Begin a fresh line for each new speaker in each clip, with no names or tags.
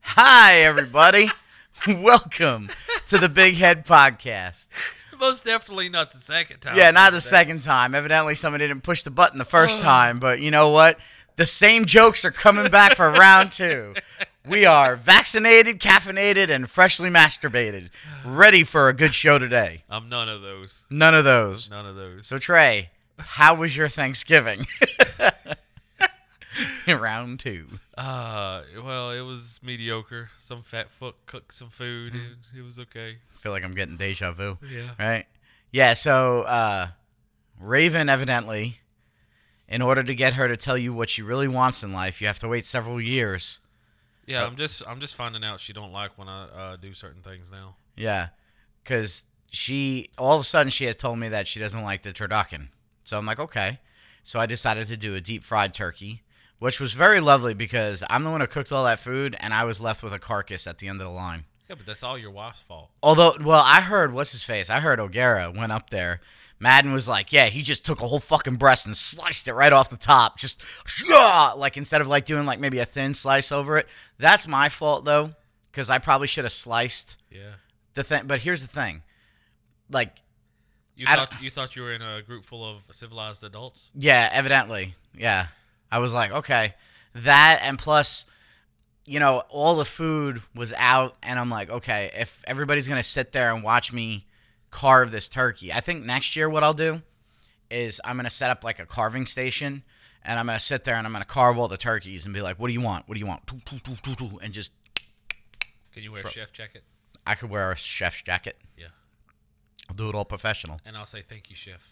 Hi, everybody. Welcome to the Big Head Podcast.
Most definitely not the second time.
Yeah, not the second time. Evidently, someone didn't push the button the first time, but you know what? The same jokes are coming back for round two. We are vaccinated, caffeinated, and freshly masturbated, ready for a good show today.
I'm none of those.
None of those.
None of those.
So, Trey, how was your Thanksgiving? round two.
Uh, well, it was mediocre. Some fat fuck cooked some food.
Hmm.
It, it was okay.
I feel like I'm getting deja vu.
Yeah.
Right? Yeah, so uh Raven evidently in order to get her to tell you what she really wants in life, you have to wait several years.
Yeah,
Uh,
I'm just I'm just finding out she don't like when I uh, do certain things now.
Yeah. Cuz she all of a sudden she has told me that she doesn't like the turducken. So I'm like, "Okay." So I decided to do a deep fried turkey, which was very lovely because I'm the one who cooked all that food and I was left with a carcass at the end of the line.
Yeah, but that's all your wife's fault.
Although, well, I heard what's his face. I heard O'Gara went up there. Madden was like, "Yeah, he just took a whole fucking breast and sliced it right off the top. Just yeah, like instead of like doing like maybe a thin slice over it. That's my fault though, because I probably should have sliced
Yeah.
the thing. But here's the thing, like
You
I don't-
thought you thought you were in a group full of civilized adults.
Yeah, evidently. Yeah. I was like, okay. That and plus, you know, all the food was out and I'm like, okay, if everybody's gonna sit there and watch me carve this turkey, I think next year what I'll do is I'm gonna set up like a carving station and I'm gonna sit there and I'm gonna carve all the turkeys and be like, What do you want? What do you want? Toot, toot, toot, toot, toot, And just
Can you wear a chef jacket?
I could wear a chef's jacket.
Yeah.
I'll do it all professional.
And I'll say thank you, chef.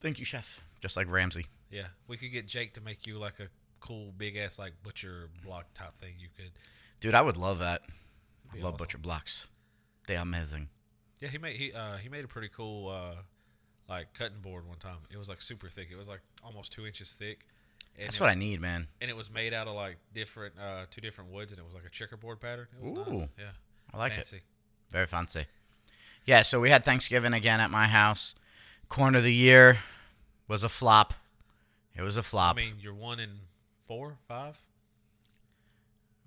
Thank you, chef. Just like Ramsey.
Yeah. We could get Jake to make you like a cool big ass like butcher block type thing. You could.
Dude, I would love that. I
Be
love
awesome.
butcher blocks. They're amazing.
Yeah, he made he uh, he made a pretty cool uh, like cutting board one time. It was like super thick. It was like almost two inches thick. And
That's
it,
what I need, man.
And it was made out of like different uh, two different woods, and it was like a checkerboard pattern. It was
Ooh.
nice. Yeah,
I like
fancy.
it. Very fancy. Yeah, so we had Thanksgiving again at my house. Corn of the year was a flop. It was a
I
flop.
mean, you're one in four, five.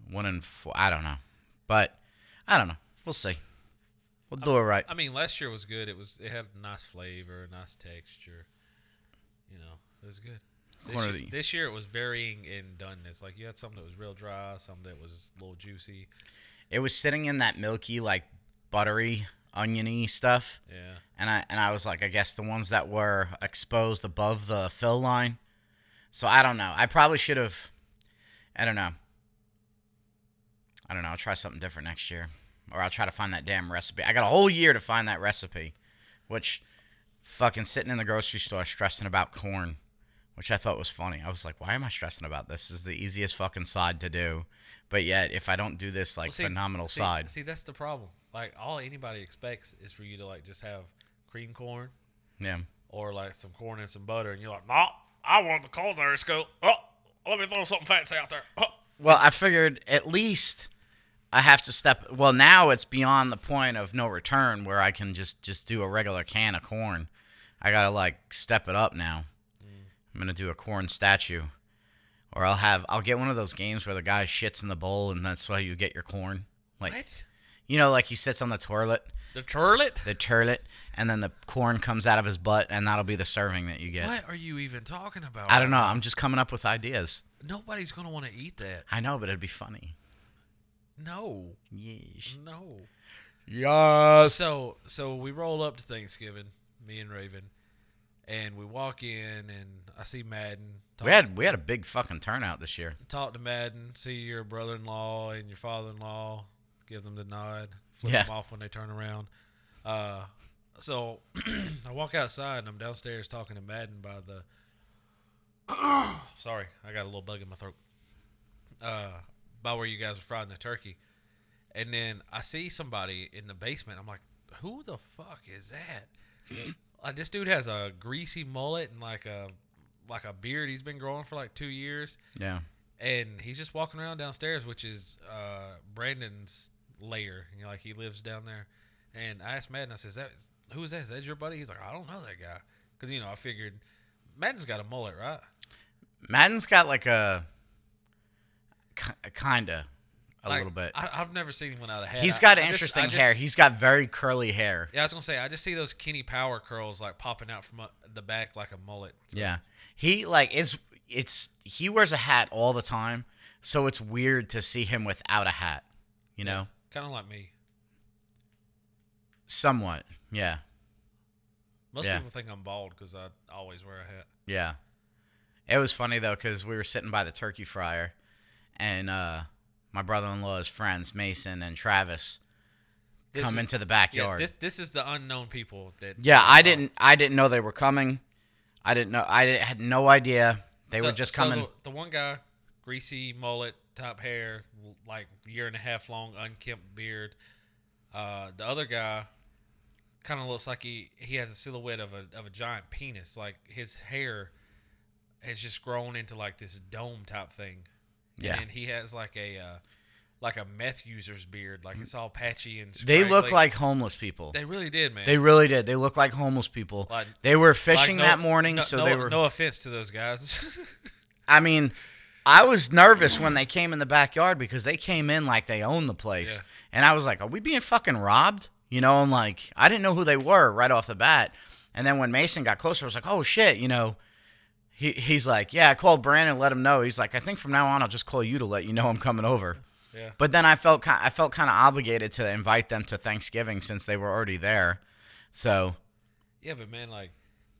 One and four. I don't know. But I don't know. We'll see. We'll do it right.
I mean, last year was good. It was it had nice flavor, nice texture. You know, it was good. This
Corner of
year,
the-
this year it was varying in doneness. Like you had some that was real dry, some that was a little juicy.
It was sitting in that milky, like buttery, oniony stuff.
Yeah,
and I and I was like, I guess the ones that were exposed above the fill line. So I don't know. I probably should have. I don't know. I don't know. I'll try something different next year, or I'll try to find that damn recipe. I got a whole year to find that recipe, which fucking sitting in the grocery store stressing about corn, which I thought was funny. I was like, why am I stressing about this? This is the easiest fucking side to do, but yet if I don't do this like
Well, see-
phenomenal
see-
side,
See, that's the problem. Like all anybody expects is for you to like just have cream corn
yeah.
or like some corn and some butter, and you're like, nah, I want the culinary school. Oh, let me throw something fancy out there. Oh.
Well, I figured at least I have to step. Well, now it's beyond the point of no return where I can just just do a regular can of corn. I gotta like step it up now.
Mm.
I'm gonna do a corn statue, or I'll have I'll get one of those games where the guy shits in the bowl and that's why you get your corn. Like
What?
you know, like he sits on the toilet,
The turlet?
the turlet, and then the corn comes out of his butt, and that'll be the serving that you get.
What are you even talking about?
I don't know. I'm just coming up with ideas.
Nobody's gonna want to eat that.
I know, but it'd be funny.
No,
Yeesh.
no.
Yes.
So, so we roll up to Thanksgiving, me and Raven, and we walk in, and I see Madden.
We had we had a big fucking turnout this year.
talk to Madden, see your brother in law and your father in law, give them the nod, flip
Yeah.
them off when they turn around. Uh, so I walk outside and I'm downstairs talking to Madden by the. sorry, I got a little bug in my throat. Uh, by where you guys were frying the turkey. And then I see somebody in the basement. I'm like, who the fuck is that? like this dude has a greasy mullet and like a like a beard he's been growing for like two years
Yeah.
and he's just walking around downstairs, which is uh, Brandon's lair. You know, like he lives down there. And I asked Madden, I says, that, "Who is that? Is that your buddy?" He's like, "I don't know that guy," because you know I figured Madden's got a mullet, right?
Madden's got like a ki- kinda a
Like,
little bit.
I, I've never seen him without a hat.
He's
I-
got
I just- I
interesting
just-
hair. He's got very curly hair.
yeah, I was gonna say I just see those Kenny Power curls like popping out from uh, the back like a mullet.
Yeah. He like is it's he wears a hat all the time, so it's weird to see him without a hat, you know?
Kind of like me.
Somewhat. Yeah.
Most
Yeah.
people think I'm bald because I always wear a hat.
Yeah. It was funny though cuz we were sitting by the turkey fryer and uh my brother-in-law's friends Mason and Travis
This
come
is-
into the
Yeah,
backyard.
this this is the unknown people that.
Yeah, I
Oh.
didn't. I didn't know they were coming. I didn't know. I didn't- had no idea they
So-
were just
so
coming.
the, the one guy, greasy mullet, top hair, like year and a half long, unkempt beard. Uh, the other guy kind of looks like he he has a silhouette of a of a giant penis. Like his hair has just grown into like this dome type thing.
Yeah.
and then he has like a uh, like a meth user's beard. Like it's all patchy and.
they look
scraggly.
like homeless people. They,
they really did, man.
really did. They look like homeless people.
Like-
they were
Like,
fishing
no-
that morning,
no-
so
no-
they were.
No offense to those guys.
I mean, I was nervous when they came in the backyard because they came in like they owned the place,
Yeah.
and I was like, "Are we being fucking robbed?" You know, I'm like, I didn't know who they were right off the bat, and then when Mason got closer, I was like, "Oh shit!" You know. He, he's like, yeah. I called Brandon, and let him know. He's like, I think from now on, I'll just call you to let you know I'm coming over.
yeah.
But then I felt ki- I felt kind of obligated to invite them to Thanksgiving since they were already there. So
Yeah, but man, like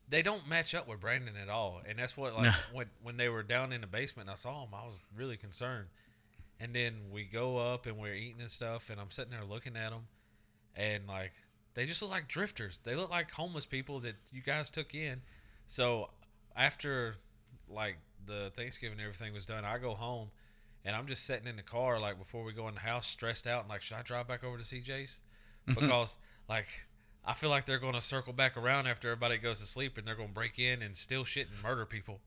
they don't match up with Brandon at all, and that's what like when when they were down in the basement and I saw him, I was really concerned. And then we go up and we're eating and stuff, and I'm sitting there looking at them, and like they just look like drifters. They look like homeless people that you guys took in. So after like the Thanksgiving and everything was done, I go home. And I'm just sitting in the car, like before we go in the house, stressed out, and like, should I drive back over to CJ's? because like I feel like they're going to circle back around after everybody goes to sleep and they're going to break in and steal shit and murder people.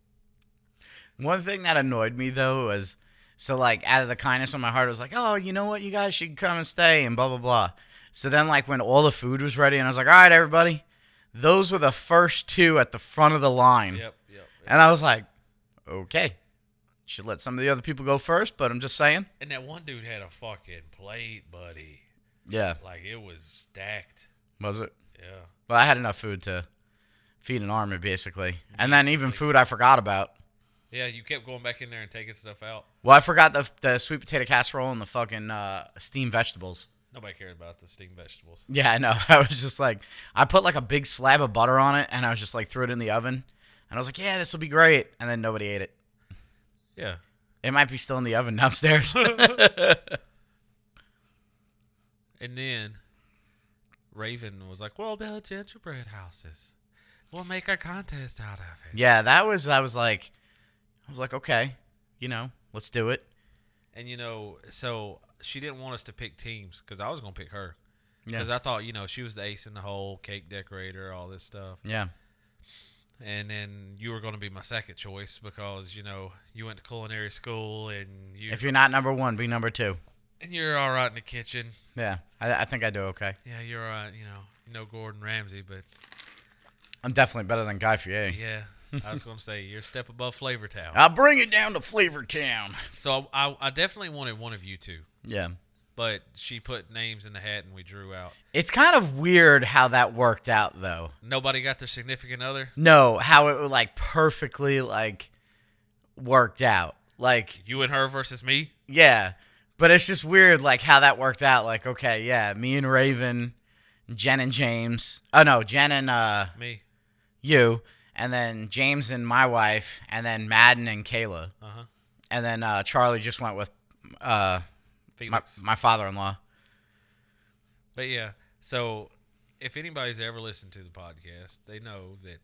one thing that annoyed me though was so like out of the kindness of my heart, I was like, oh, you know what, you guys should come and stay and blah blah blah. So then like when all the food was ready, and I was like, all right, everybody, those were the first two at the front of the line,
Yep, yep.
and I was like, okay, should let some of the other people go first, but I'm just saying,
And that one dude had a fucking plate, buddy.
yeah,
Like it was stacked.
was it?
Yeah.
Well, I had enough food to feed an army basically, and then even food I forgot about.
Yeah, you kept going back in there and taking stuff out.
Well, I forgot the the sweet potato casserole and the fucking uh, steamed vegetables.
Nobody cared about the steamed vegetables.
Yeah, I know. I was just like, I put like a big slab of butter on it, and I was just like, threw it in the oven, and I was like, yeah, this will be great. And then nobody ate it.
Yeah.
It might be still in the oven downstairs.
And then Raven was like, "We'll build gingerbread houses. We'll make a contest out of it."
yeah, that was. I was like, I was like, okay, you know, let's do it.
And you know, so she didn't want us to pick teams because I was gonna pick her.
Yeah.
Because I thought, you know, she was the ace in the hole, cake decorator, all this stuff.
Yeah,
And then you were going to be my second choice because, you know, you went to culinary school and, you,
if you're not number one, be number two.
and you're all right in the kitchen.
Yeah, I, I think I do okay.
Yeah, you're all right, you know, no Gordon Ramsay, but
I'm definitely better than Guy Fieri.
yeah, I was going to say you're a step above Flavor Town.
I'll bring it down to Flavor Town.
So I, I definitely wanted one of you two,
Yeah.
but she put names in the hat and we drew out.
It's kind of weird how that worked out though.
Nobody got their significant other.
No, how it like perfectly like worked out. Like
You and her versus me.
yeah, but it's just weird like how that worked out. Like okay, yeah, me and Raven, Jen and James. Oh no, Jen and uh
Me.
you, and then James and my wife, and then Madden and Kayla,
Uh huh.
and then uh, Charlie just went with uh my
Felix.
my father-in-law.
But yeah, so if anybody's ever listened to the podcast, they know that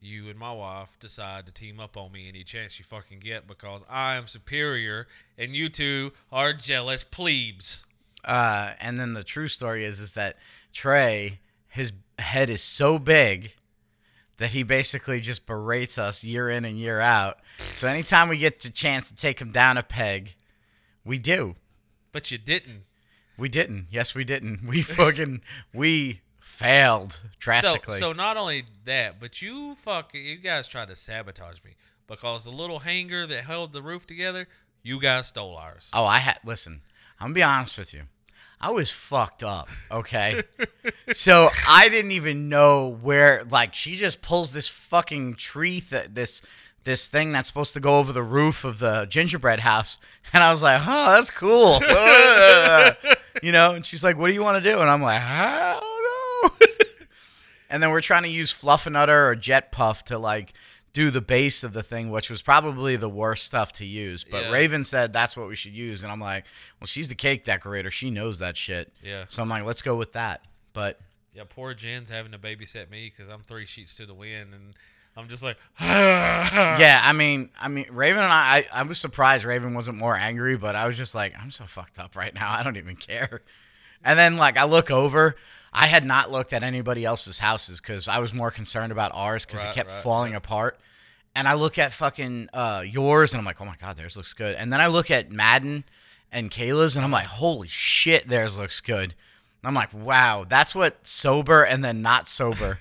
you and my wife decide to team up on me any chance you fucking get because I am superior and you two are jealous plebes.
Uh, and then the true story is is that Trey, his head is so big that he basically just berates us year in and year out. So anytime we get the chance to take him down a peg, we do.
But you didn't.
We didn't. Yes, we didn't. We fucking we failed
So,
drastically.
so not only that, but you fucking you guys tried to sabotage me because the little hanger that held the roof together, you guys stole ours.
oh, I had listen. I'm gonna be honest with you. I was fucked up, okay? so I didn't even know where like she just pulls this fucking tree th- this this thing that's supposed to go over the roof of the gingerbread house and I was like, "Oh, that's cool." you know, and she's like, "What do you want to do?" And I'm like, "I don't know." and then we're trying to use Fluffernutter or Jet Puff to like do the base of the thing, which was probably the worst stuff to use. But
Yeah.
Raven said that's what we should use, and I'm like, well, she's the cake decorator, she knows that shit.
Yeah.
So I'm like, let's go with that. But
Yeah, poor Jen's having to babysit me because I'm three sheets to the wind, and I'm just like,
yeah, I mean, I mean, Raven and I, I, I was surprised Raven wasn't more angry, but I was just like, I'm so fucked up right now, I don't even care. And then like I look over, I had not looked at anybody else's houses because I was more concerned about ours because it
Right,
kept
right,
falling apart. And I look at fucking uh, yours and I'm like, oh my god, theirs looks good. And then I look at Madden and Kayla's and I'm like, holy shit, theirs looks good. And I'm like, wow, that's what sober and then not sober.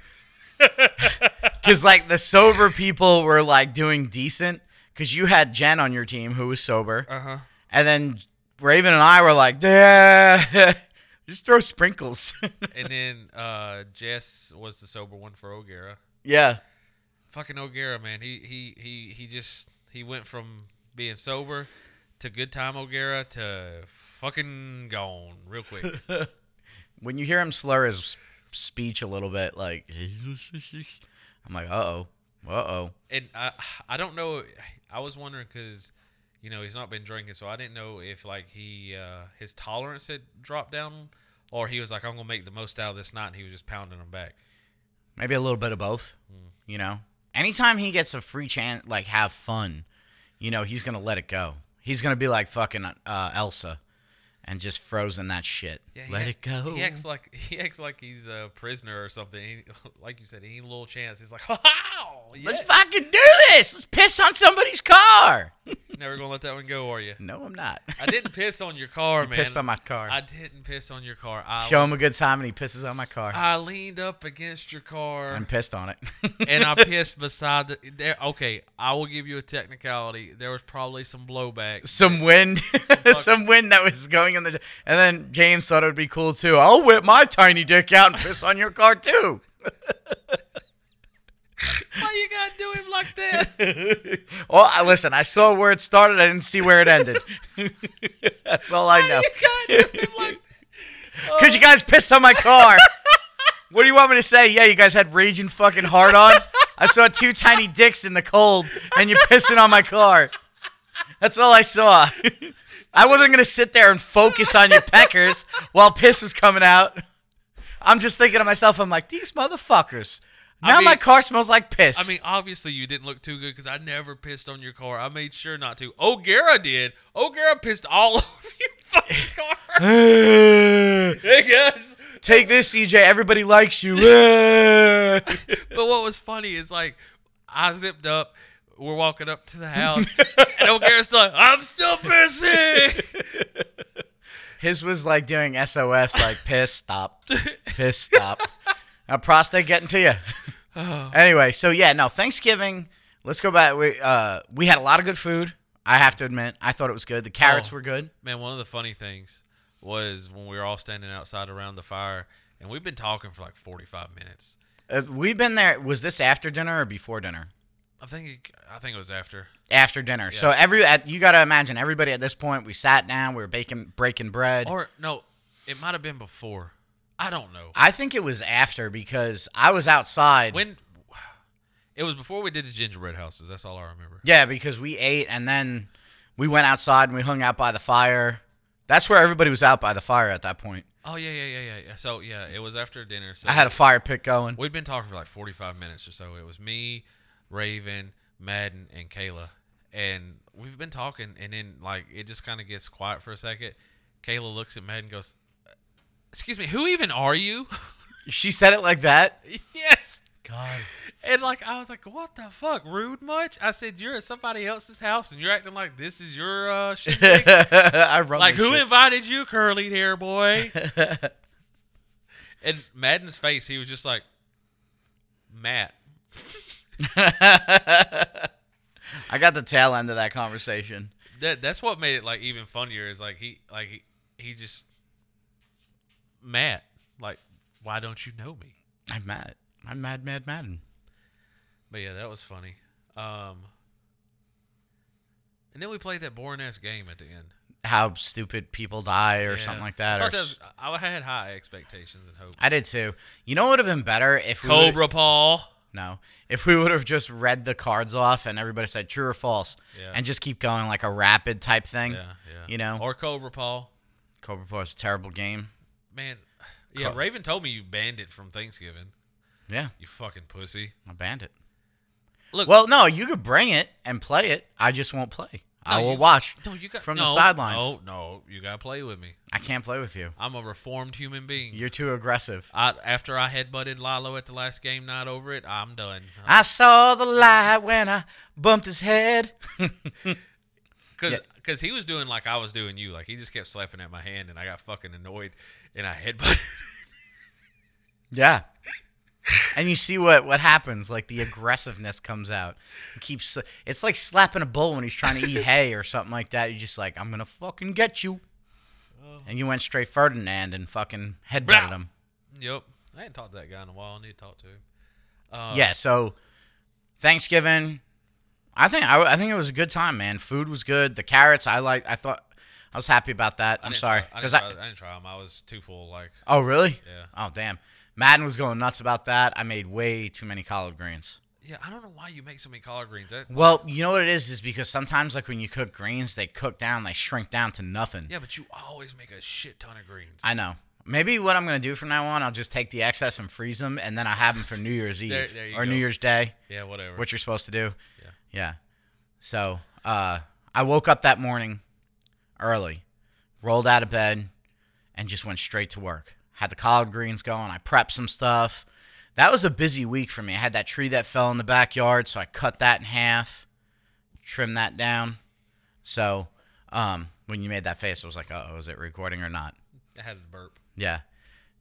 Because like the sober people were like doing decent because you had Jen on your team who was sober.
uh huh.
And then Raven and I were like, yeah, just throw sprinkles.
And then uh, Jess was the sober one for O'Gara.
yeah.
Fucking O'Gara, man. He he he he just he went from being sober to good time O'Gara to fucking gone real quick.
When you hear him slur his s- speech a little bit, like, I'm like, uh oh, uh oh.
and I I don't know. I was wondering because you know he's not been drinking, so I didn't know if like he uh, his tolerance had dropped down, or he was like I'm gonna make the most out of this night, and he was just pounding them back.
Maybe a little bit of both, you know? Anytime he gets a free chance, like, have fun, you know, he's going to let it go. He's going to be like fucking uh, Elsa and just frozen that shit.
he
let
act-
it go.
He acts like he acts like he's a prisoner or something. He, like you said, any little chance, he's like, wow,
Let's
yes.
fucking do this. Let's piss on somebody's car.
never gonna let that one go, are you?
no, I'm not.
I didn't piss on your car, man.
Pissed on my car.
I didn't piss on your car. I,
Show him a good time and he pisses on my car.
I leaned up against your car.
I'm pissed on it.
and I pissed beside the there. Okay, I will give you a technicality. There was probably some blowback.
some wind, some wind that was going in the. And then James thought it would be cool too. I'll whip my tiny dick out and piss on your car too.
Why you gotta do him like that?
Well, I, listen, I saw where it started. I didn't see where it ended. That's all I know.
You gotta do him like
Because you guys pissed on my car. What do you want me to say? Yeah, you guys had raging fucking hard ons. I saw two tiny dicks in the cold and you're pissing on my car. That's all I saw. I wasn't going to sit there and focus on your peckers while piss was coming out. I'm just thinking to myself, I'm like, these motherfuckers. Now
mean-
my car smells like piss.
I mean, obviously you didn't look too good because I never pissed on your car. I made sure not to. O'Gara did. O'Gara pissed all over your fucking car. Hey, guys.
Take this, CJ. Everybody likes you. yeah,
But what was funny is like I zipped up. We're walking up to the house, and O'Gara's like, "I'm still pissing."
His was like doing SOS, like piss stop, piss stop. now prostate getting to you.
Oh.
Anyway, so yeah, no Thanksgiving. Let's go back. We uh we had a lot of good food. I have to admit, I thought it was good. The carrots
Oh.
were good.
Man, one of the funny things was when we were all standing outside around the fire, and we've been talking for like 45 minutes.
Uh, we've been there. Was this after dinner or before dinner?
I think it, I think it was after.
After dinner. So every at, you got to imagine everybody at this point. We sat down. We were baking breaking bread.
Or no, it might have been before. I don't know.
I think it was after because I was outside.
When it was before we did the gingerbread houses, that's all I remember.
Yeah, because we ate and then we went outside and we hung out by the fire. That's where everybody was out by the fire at that point.
Oh yeah, yeah, yeah, yeah, yeah. So yeah, it was after dinner. So
I had a fire pit going.
we'd been talking for like 45 minutes or so. It was me, Raven, Madden, and Kayla. And we've been talking, and then like it just kind of gets quiet for a second. Kayla looks at Madden and goes, "Uh, Excuse me, who even are you?
She said it like that.
yes.
God.
And like I was like, What the fuck? Rude much? I said, You're at somebody else's house and you're acting like this is your uh shit.
I run
like
this
who
shit.
invited you, curly hair boy? and Madden's face, he was just like Matt.
I got the tail end of that conversation.
that that's what made it like even funnier is like he like he, he just mad. Like, why don't you know me?
I'm mad. I'm mad, mad, Madden.
But yeah, that was funny. Um, and then we played that boring ass game at the end.
How stupid people die or
Yeah.
something like that.
I,
Or
thought that
s-
was, I had high expectations and hope.
I did too. You know what would have been better if we would've-
Cobra Paul.
No. If we would have just read the cards off and everybody said true or false
Yeah.
and just keep going like a rapid type thing.
Yeah, yeah.
You know?
or Cobra Paul.
Cobra Paw is a terrible game.
Man, yeah.
Co-
Raven told me you banned it from Thanksgiving.
Yeah,
You fucking pussy.
I banned it.
Look-
Well, no, you could bring it and play it. I just won't play. I
No,
will
you-
watch.
No, you got
from
no,
the sidelines.
No, no, you gotta play with me.
I can't play with you.
I'm a reformed human being.
You're too aggressive.
I, after I headbutted Lalo at the last game night over it, I'm done. Uh,
I saw the light when I bumped his head.
Cause, Cause he was doing like I was doing you. Like he just kept slapping at my hand, and I got fucking annoyed, and I headbutted.
Yeah. and you see what what happens like the aggressiveness comes out It keeps it's like slapping a bull when he's trying to eat hay or something like that you're just like i'm gonna fucking get you and you went straight ferdinand and fucking headbutted
Uh. Blah.
him
yep. I hadn't talked to that guy in a while. I need to talk to him. Oh.
yeah so thanksgiving i think I, I think it was a good time man food was good the carrots i like i thought i was happy about that
I
i'm
didn't
sorry
try- I,
because
didn't try,
I,
I didn't try 'em. I was too full. Like
oh really
Yeah.
oh damn madden was going nuts about that i made way too many collard greens
yeah, I don't know why you make so many collard greens. That,
Well, you know what it is, is because sometimes like when you cook greens, they cook down, they shrink down to nothing.
yeah, but you always make a shit ton of greens.
I know. Maybe what I'm gonna do from now on, I'll just take the excess and freeze them, and then I will have them for New Year's Eve
There- there you
or New
go.
Year's Day,
yeah, whatever.
what you're supposed to do.
Yeah.
Yeah. So uh, I woke up that morning early, rolled out of bed, and just went straight to work. Had the collard greens going. I prepped some stuff. That was a busy week for me. I had that tree that fell in the backyard, so I cut that in half, trimmed that down. So um, when you made that face, I was like, "Uh oh, is it recording or not?"
I had a burp.
Yeah.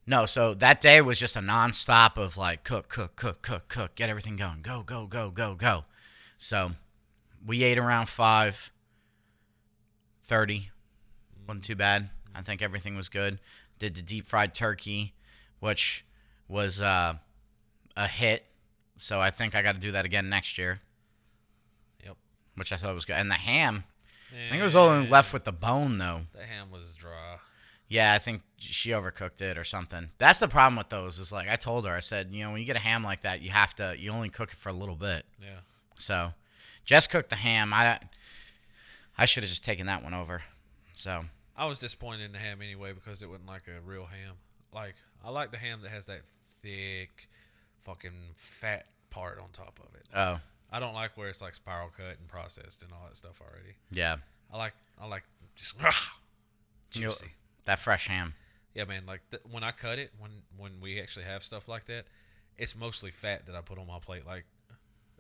No, so that day was just a nonstop of like cook, cook, cook, cook, cook, get everything going. Go, go, go, go, go. So we ate around five thirty. Wasn't too bad. I think everything was good. Did the deep fried turkey, which was uh, a hit. So I think I got to do that again next year,
Yep.
which I thought was good. And the ham, I think it was
Eh,
only left with the bone though.
The ham was dry.
Yeah, I think she overcooked it or something. That's the problem with those. Is like I told her, I said, you know, when you get a ham like that, you have to, you only cook it for a little bit.
Yeah.
So, Jess cooked the ham. I, I should have just taken that one over. So,
I was disappointed in the ham anyway because it wasn't like a real ham. Like I like the ham that has that thick, fucking fat part on top of it.
oh
I don't like where it's like spiral cut and processed and all that stuff already.
yeah,
I like I like just ah,
You know,
juicy.
that fresh ham.
Yeah, man. Like th- when I cut it, when when we actually have stuff like that, it's mostly fat that I put on my plate. Like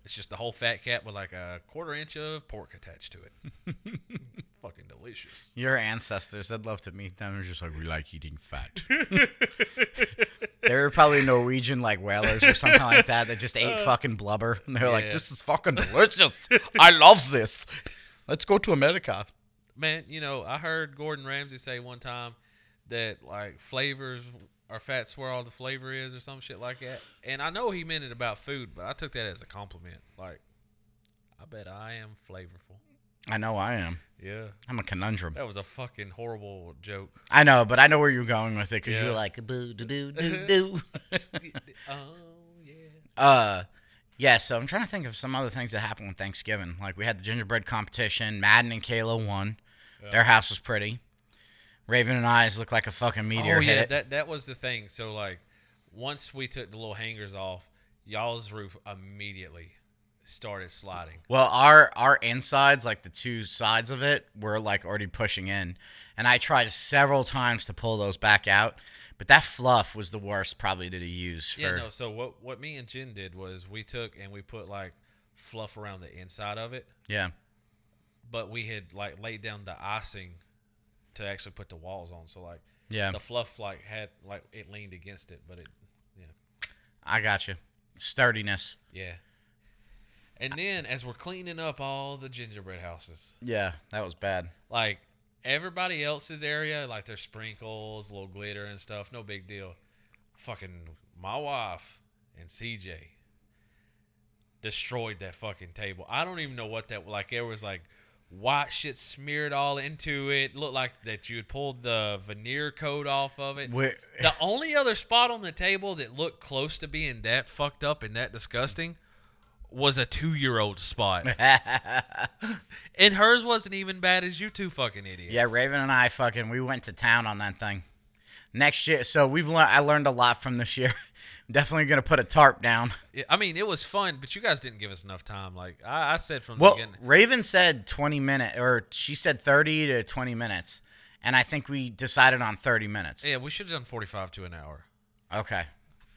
it's just the whole fat cap with like a quarter inch of pork attached to it. Fucking delicious.
Your ancestors, I'd love to meet them. They're just like we like eating fat. they were probably Norwegian like whalers or something like that that just ate fucking blubber, and they were like,
Uh, Yeah.
"This is fucking delicious. I love this. Let's go to America."
Man, you know, I heard Gordon Ramsay say one time that like flavors are fats where all the flavor is or some shit like that. And I know he meant it about food, but I took that as a compliment. Like I bet I am flavorful.
I know I am.
Yeah.
I'm a conundrum.
That was a fucking horrible joke.
I know, but I know where you're going with it because
Yeah.
you're like boo doo doo doo doo.
oh yeah.
uh, yeah. So I'm trying to think of some other things that happened with Thanksgiving. Like we had the gingerbread competition. Madden and Kayla won. Their house was pretty. Raven and Eyes looked like a fucking meteor
oh yeah,
hit it.
that that was the thing. So like, once we took the little hangers off, y'all's roof immediately started sliding.
Well, our our insides, like the two sides of it, were like already pushing in, and I tried several times to pull those back out, but that fluff was the worst probably to use for.
Yeah, no. So what what me and Jen did was we took and we put like fluff around the inside of it,
yeah.
but we had like laid down the icing to actually put the walls on. So like,
Yeah.
the fluff like had like it leaned against it, but it yeah.
I got you. Sturdiness.
Yeah. And then as we're cleaning up all the gingerbread houses,
Yeah, that was bad.
like Everybody else's area, like their sprinkles, little glitter and stuff, no big deal. Fucking my wife and CJ destroyed that fucking table. I don't even know what that like. There was like white shit smeared all into it. Looked like that you had pulled the veneer coat off of it.
Where,
The only other spot on the table that looked close to being that fucked up and that disgusting was a two year old spot. and hers wasn't even bad as you two fucking idiots.
yeah, Raven and I fucking we went to town on that thing. Next year, so we've learned. I learned a lot from this year. Definitely gonna put a tarp down.
Yeah, I mean, it was fun, but you guys didn't give us enough time. Like I, I said from the
Well,
beginning,
Raven said 20 minutes, or she said 30 to 20 minutes. And I think we decided on 30 minutes.
yeah, we should have done forty five to an hour.
Okay.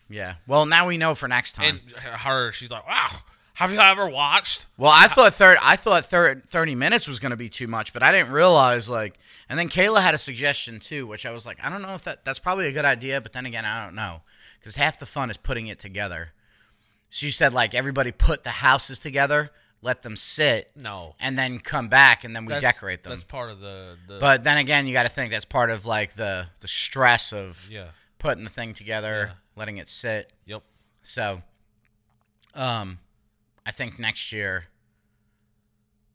Yeah. Well, now we know for next time.
And her, she's like, "Wow, have you ever watched?"
well, I thought third, I thought thir 30 minutes was going to be too much, but I didn't realize like. And then Kayla had a suggestion too, which I was like, I don't know if that that's probably a good idea, but then again, I don't know because half the fun is putting it together. She said like everybody put the houses together, let them sit,
No,
and then come back, and then we
That's-
decorate them.
That's part of the, the
But then again, you got to think that's part of like the the stress of
yeah,
putting the thing together, letting it sit.
yep.
So, um, I think next year,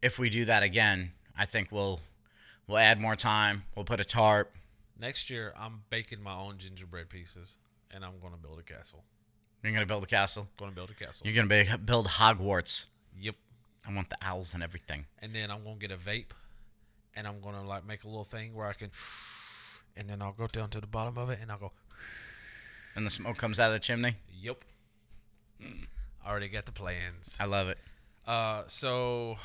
if we do that again, I think we'll we'll add more time. We'll put a tarp.
Next year, I'm baking my own gingerbread pieces, and I'm gonna build a castle.
You're gonna build a castle.
Gonna build a castle.
You're gonna be, build Hogwarts.
Yep.
I want the owls and everything.
And then I'm gonna get a vape, and I'm gonna like make a little thing where I can, and then I'll go down to the bottom of it, and I'll go,
And the smoke comes out of the chimney.
yep.
Hmm.
I already got the plans.
I love it.
Uh, so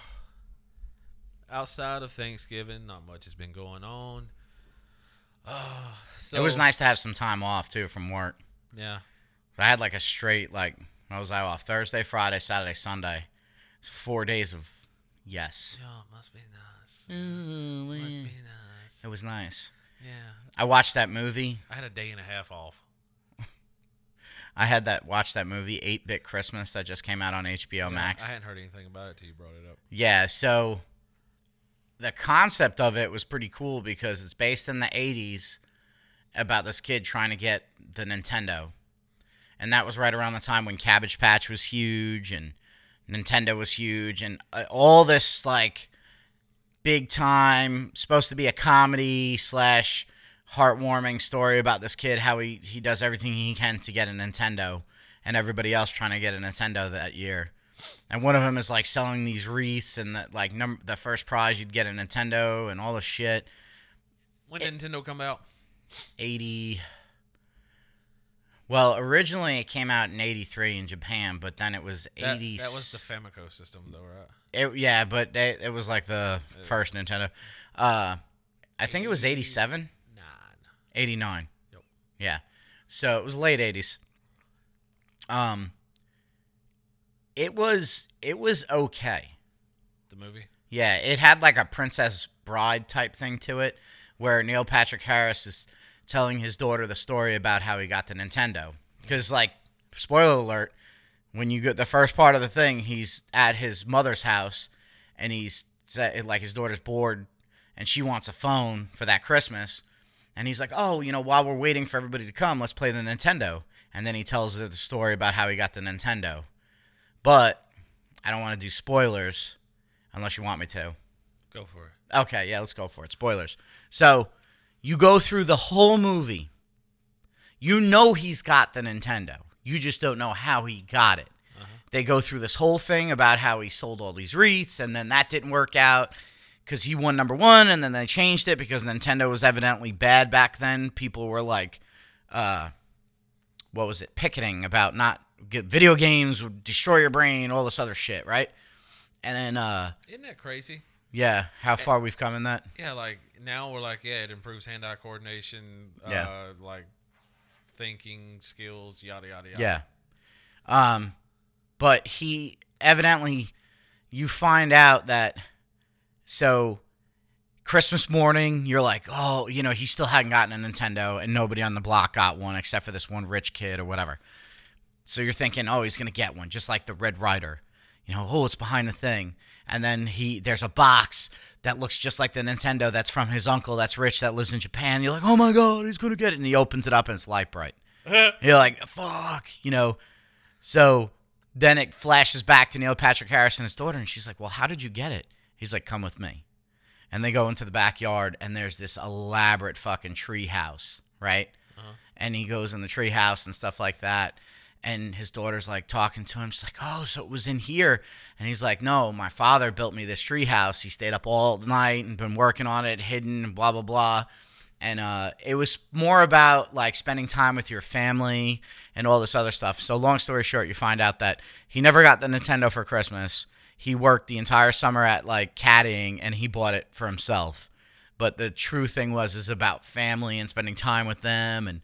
outside of Thanksgiving, not much has been going on. Uh, so
it was nice to have some time off too from work.
Yeah,
I had like a straight like I was I off Thursday, Friday, Saturday, Sunday. It's four days of yes.
yeah, must be nice. Must be
It
nice.
was nice.
Yeah,
I watched that movie.
I had a day and a half off.
I had that watched that movie Eight Bit Christmas that just came out on HBO
Yeah,
Max.
I hadn't heard anything about it till you brought it up.
Yeah, so the concept of it was pretty cool because it's based in the 80s about this kid trying to get the Nintendo. And that was right around the time when Cabbage Patch was huge and Nintendo was huge and uh, all this like big time supposed to be a comedy slash heartwarming story about this kid how he, he does everything he can to get a Nintendo and everybody else trying to get a Nintendo that year and one of them is like selling these wreaths and the, like num- the first prize you'd get a Nintendo and all the shit.
When did Nintendo come out?
80 Well, originally it came out in 83 in Japan, but then it was
That,
80
that was the Famicom system, though, right?
it, yeah, but they, it was like the first Nintendo. Uh I think it was 87,
Nah, nah.
89.
Yep.
Yeah. So it was late 80s. Um it was it was okay.
the movie.
Yeah, it had like a Princess Bride type thing to it, where Neil Patrick Harris is telling his daughter the story about how he got the Nintendo. Because, like, spoiler alert, when you get the first part of the thing, he's at his mother's house, and he's sa- like, his daughter's bored, and she wants a phone for that Christmas, and he's like, oh, you know, while we're waiting for everybody to come, let's play the Nintendo. And then he tells her the story about how he got the Nintendo. But I don't want to do spoilers unless you want me to.
Go for it.
Okay, yeah, let's go for it. Spoilers. So you go through the whole movie. You know he's got the Nintendo. You just don't know how he got it. They go through this whole thing about how he sold all these wreaths, and then that didn't work out because he won number one, and then they changed it because Nintendo was evidently bad back then. People were like, uh, what was it? Picketing about not get video games would destroy your brain, all this other shit, right? And then, uh,
Isn't that crazy?
yeah, how far we've come in that.
Yeah, like now we're like, yeah, it improves hand-eye coordination, uh,
Yeah.
like thinking skills, yada yada yada.
Yeah. Um, but he evidently, you find out that so Christmas morning, you're like, oh, you know, he still hadn't gotten a Nintendo, and nobody on the block got one except for this one rich kid or whatever. So you're thinking, oh, he's gonna get one, just like the Red Rider. You know, oh, it's behind the thing, and then he there's a box. that looks just like the Nintendo that's from his uncle that's rich that lives in Japan. You're like, oh my god, he's gonna get it, and he opens it up and it's light bright. You're like, fuck, you know. So then it flashes back to Neil Patrick Harris and his daughter, and she's like, well, how did you get it? He's like, come with me. And they go into the backyard, and there's this elaborate fucking tree house, right? And he goes in the tree house and stuff like that. And his daughter's like talking to him. She's like, oh, so it was in here. And he's like, no, my father built me this tree house. He stayed up all night and been working on it, hidden, and blah, blah, blah. And uh, it was more about like spending time with your family and all this other stuff. So, long story short, you find out that he never got the Nintendo for Christmas. He worked the entire summer at like caddying and he bought it for himself. But the true thing was, is about family and spending time with them and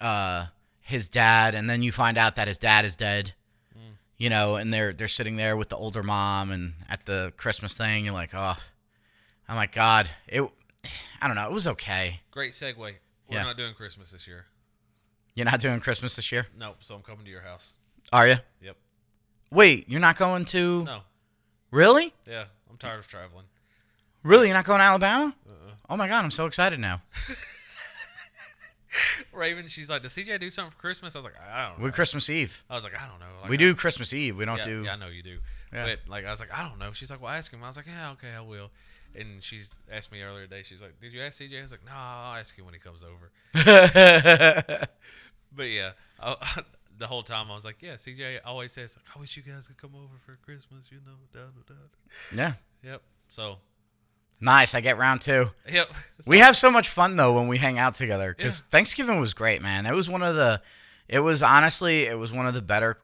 uh, his dad, and then you find out that his dad is dead. You know, and they're they're sitting there with the older mom, and at the Christmas thing, you're like, oh, I'm like, God, it. I don't know. It was okay.
Great segue. We're
Yeah.
not doing Christmas this year.
You're not doing Christmas this year,
Nope. So I'm coming to your house.
are you?
Yep.
Wait, you're not going to
No.
really,
Yeah. I'm tired of traveling.
really? You're not going to Alabama? Oh my God, I'm so excited now.
Raven, she's like, "Does CJ do something for Christmas?" I was like, "I don't know."
We Christmas Eve.
I was like, "I don't know." Like,
We
I-
do Christmas Eve. We don't
yeah,
do.
Yeah, I know you do.
Yeah.
But like, I was like, "I don't know." She's like, "Well, ask him." I was like, "Yeah, okay, I will." And she's asked me earlier today. She's like, "Did you ask CJ?" I was like, "No, I'll ask him when he comes over." But yeah, I, the whole time I was like, "Yeah, CJ always says, like, I wish you guys could come over for Christmas." You know, da da da.
yeah.
Yep. So,
Nice. I get round two.
yep.
We have so much fun though when we hang out together because Thanksgiving was great, man. It was one of the, it was honestly, it was one of the better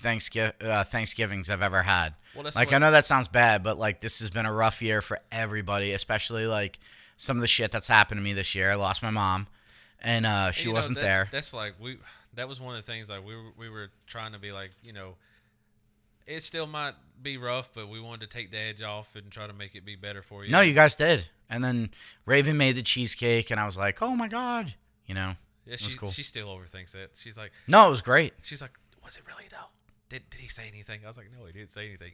Thanksgiving uh, Thanksgivings I've ever had.
Well, that's
like
what-
I know that sounds bad, but like this has been a rough year for everybody, especially like some of the shit that's happened to me this year. I lost my mom, and uh, she
you know,
wasn't
that-
there.
That's like we. That was one of the things like we were, we were trying to be like you know, it still might be rough, but we wanted to take the edge off and try to make it be better for you.
No, you guys did. And then Raven made the cheesecake, and I was like, oh my god, you know.
yeah, she,
was cool.
she still overthinks it. She's like,
No, it was great.
she's like, was it really though? Did did he say anything? I was like, no, he didn't say anything.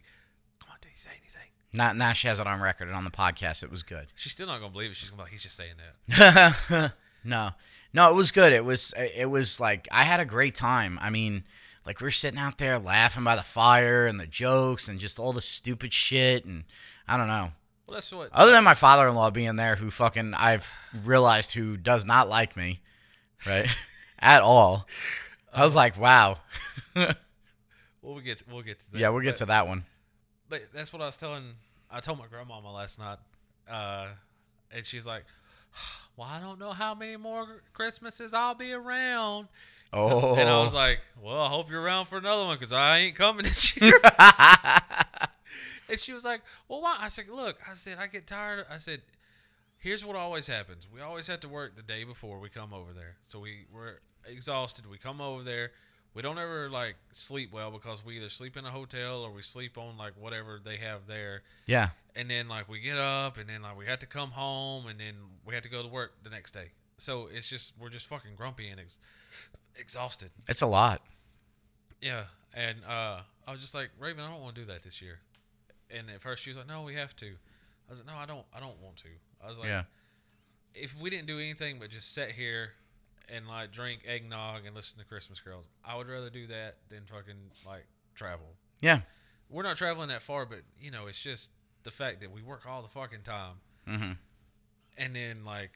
Come on, did he say anything?
Now, now she has it on record and on the podcast. It was good.
She's still not gonna believe it. She's gonna be like, he's just saying that.
no, no, it was good. It was, it was like I had a great time. I mean, like we are sitting out there laughing by the fire and the jokes and just all the stupid shit and I don't know.
Well, that's what.
Other than my father-in-law being there, who fucking I've realized who does not like me, right, at all. I was like, wow.
Well, we get we'll get to that.
Yeah, we'll get to that one.
but that's what I was telling. I told my grandmama last night, uh, and she's like, "Well, I don't know how many more Christmases I'll be around."
Oh,
And I was like, "Well, I hope you're around for another one because I ain't coming this year."
Oh.
and she was like, "Well, why?" I said, "Look, I said I get tired." I said, "Here's what always happens. We always have to work the day before we come over there, so we we're exhausted. We come over there." We don't ever like sleep well because we either sleep in a hotel or we sleep on like whatever they have there
yeah,
and then like we get up and then like we had to come home and then we had to go to work the next day so it's just we're just fucking grumpy and ex- exhausted
it's a lot.
yeah and uh i was just like raven i don't want to do that this year and at first she was like no we have to i was like no i don't i don't want to i was like
Yeah,
if we didn't do anything but just sit here and like drink eggnog and listen to christmas carols i would rather do that than fucking like travel
yeah,
we're not traveling that far, but you know, it's just the fact that we work all the fucking time, and then like,
Mm-hmm.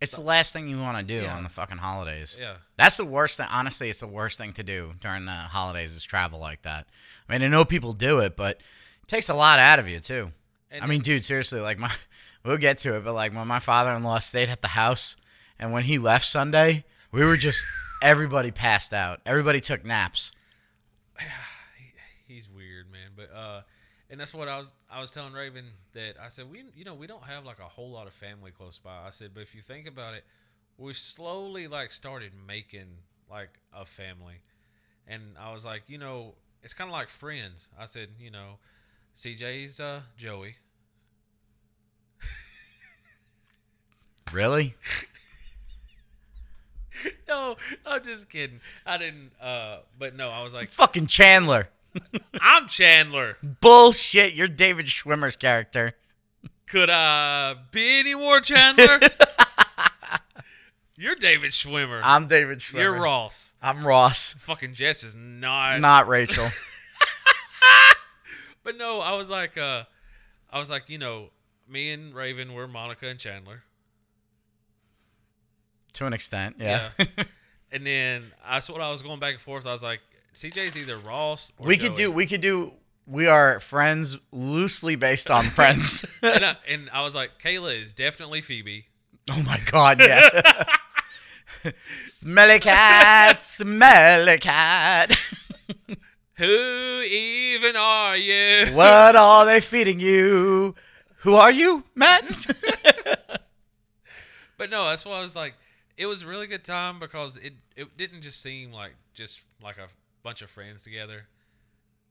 it's the last thing you want to do
Yeah.
on the fucking holidays.
yeah,
That's the worst thing. Honestly, it's the worst thing to do during the holidays is travel like that. I mean, I know people do it, but it takes a lot out of you too.
And-
I mean, dude, seriously, like my, we'll get to it, but like when my father-in-law stayed at the house, and when he left Sunday, we were just everybody passed out. Everybody took naps.
he's weird, man. But uh, and that's what I was I was telling Raven that I said we you know we don't have like a whole lot of family close by. I said, but if you think about it, we slowly like started making like a family, and I was like, you know, it's kind of like friends. I said, you know, CJ's uh Joey,
Really?
No, I'm just kidding. I didn't. Uh, but no, I was like,
Fucking Chandler.
I'm Chandler.
Bullshit. You're David Schwimmer's character.
Could I be any more Chandler? You're David Schwimmer.
I'm David Schwimmer.
You're Ross.
I'm Ross,
Fucking Jess is not.
not Rachel.
But no, I was like, uh, I was like, you know, me and Raven were Monica and Chandler.
to an extent, yeah.
And then that's what I was going back and forth. I was like, CJ's either Ross. Or
we could
Joey.
do. We could do. We are friends loosely based on friends.
and, I, and I was like, Kayla is definitely Phoebe.
Oh my god, yeah. smelly cat, smelly cat.
Who even are you?
what are they feeding you? Who are you, Matt?
But no, that's why I was like, it was a really good time because it it didn't just seem like just like a bunch of friends together.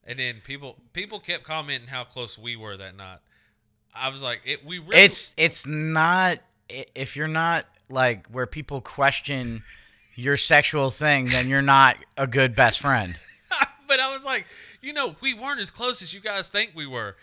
And then people people kept commenting how close we were that night. I was like, it we really
it's it's not i- if you're not like where people question your sexual thing, then you're not a good best friend.
but I was like, you know, we weren't as close as you guys think we were.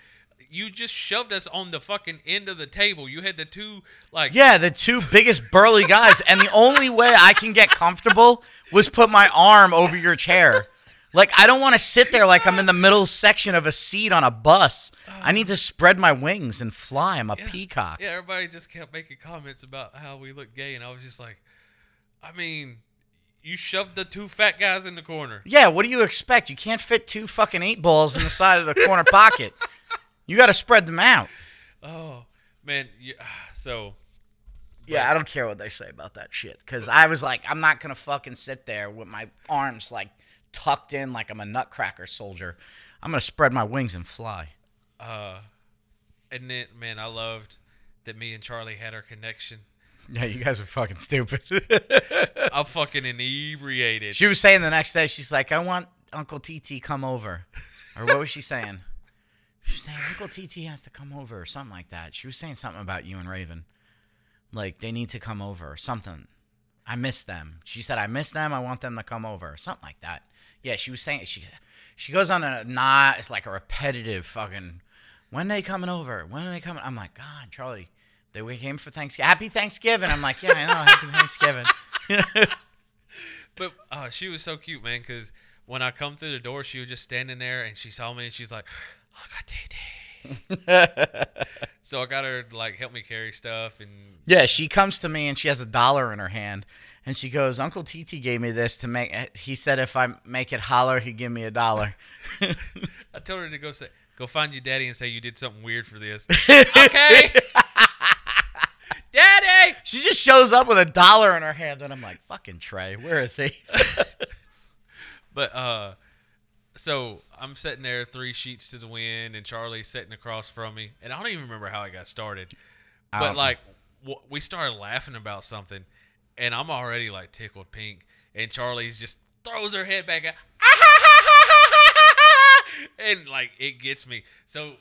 You just shoved us on the fucking end of the table. You had the two like
Yeah, the two biggest burly guys, and the only way I can get comfortable was put my arm over your chair. Like I don't want to sit there like I'm in the middle section of a seat on a bus. I need to spread my wings and fly. I'm a peacock.
Yeah, everybody just kept making comments about how we look gay, and I was just like, I mean, you shoved the two fat guys in the corner.
Yeah, what do you expect? You can't fit two fucking eight balls in the side of the corner pocket. You got to spread them out.
Oh man, you, so
Yeah, I don't care what they say about that shit. Cause I was like, I'm not gonna fucking sit there with my arms like tucked in like I'm a nutcracker soldier. I'm gonna spread my wings and fly.
and then uh, man, I loved that me and Charlie had our connection.
Yeah, you guys are fucking stupid.
I'm fucking inebriated.
she was saying the next day, she's like, I want Uncle TT come over. Or what was she saying? She was saying Uncle TT has to come over or something like that. She was saying something about you and Raven. Like they need to come over or something. I miss them. She said, I miss them. I want them to come over or something like that. Yeah, she was saying she she goes on a not it's like a repetitive fucking when they coming over? When are they coming? I'm like, God, Charlie, they we came for Thanksgiving. Happy Thanksgiving. I'm like, yeah, I know. Happy Thanksgiving.
But uh, she was so cute, man, because when I come through the door, she was just standing there and she saw me and she's like, "Oh, I got TT. so I got her to like help me carry stuff and
Yeah, she comes to me and she has a dollar in her hand, and she goes, "Uncle TT gave me this to make." He said if I make it holler, he'd give me a dollar.
I told her to go say, go find your daddy and say you did something weird for this. okay. daddy.
She just shows up with a dollar in her hand, and I'm like, "Fucking Trey, where is he?"
But uh so I'm sitting there three sheets to the wind and Charlie's sitting across from me and I don't even remember how I got started. But
Um.
like w- we started laughing about something and I'm already like tickled pink and Charlie's just throws her head back out. and like it gets me. So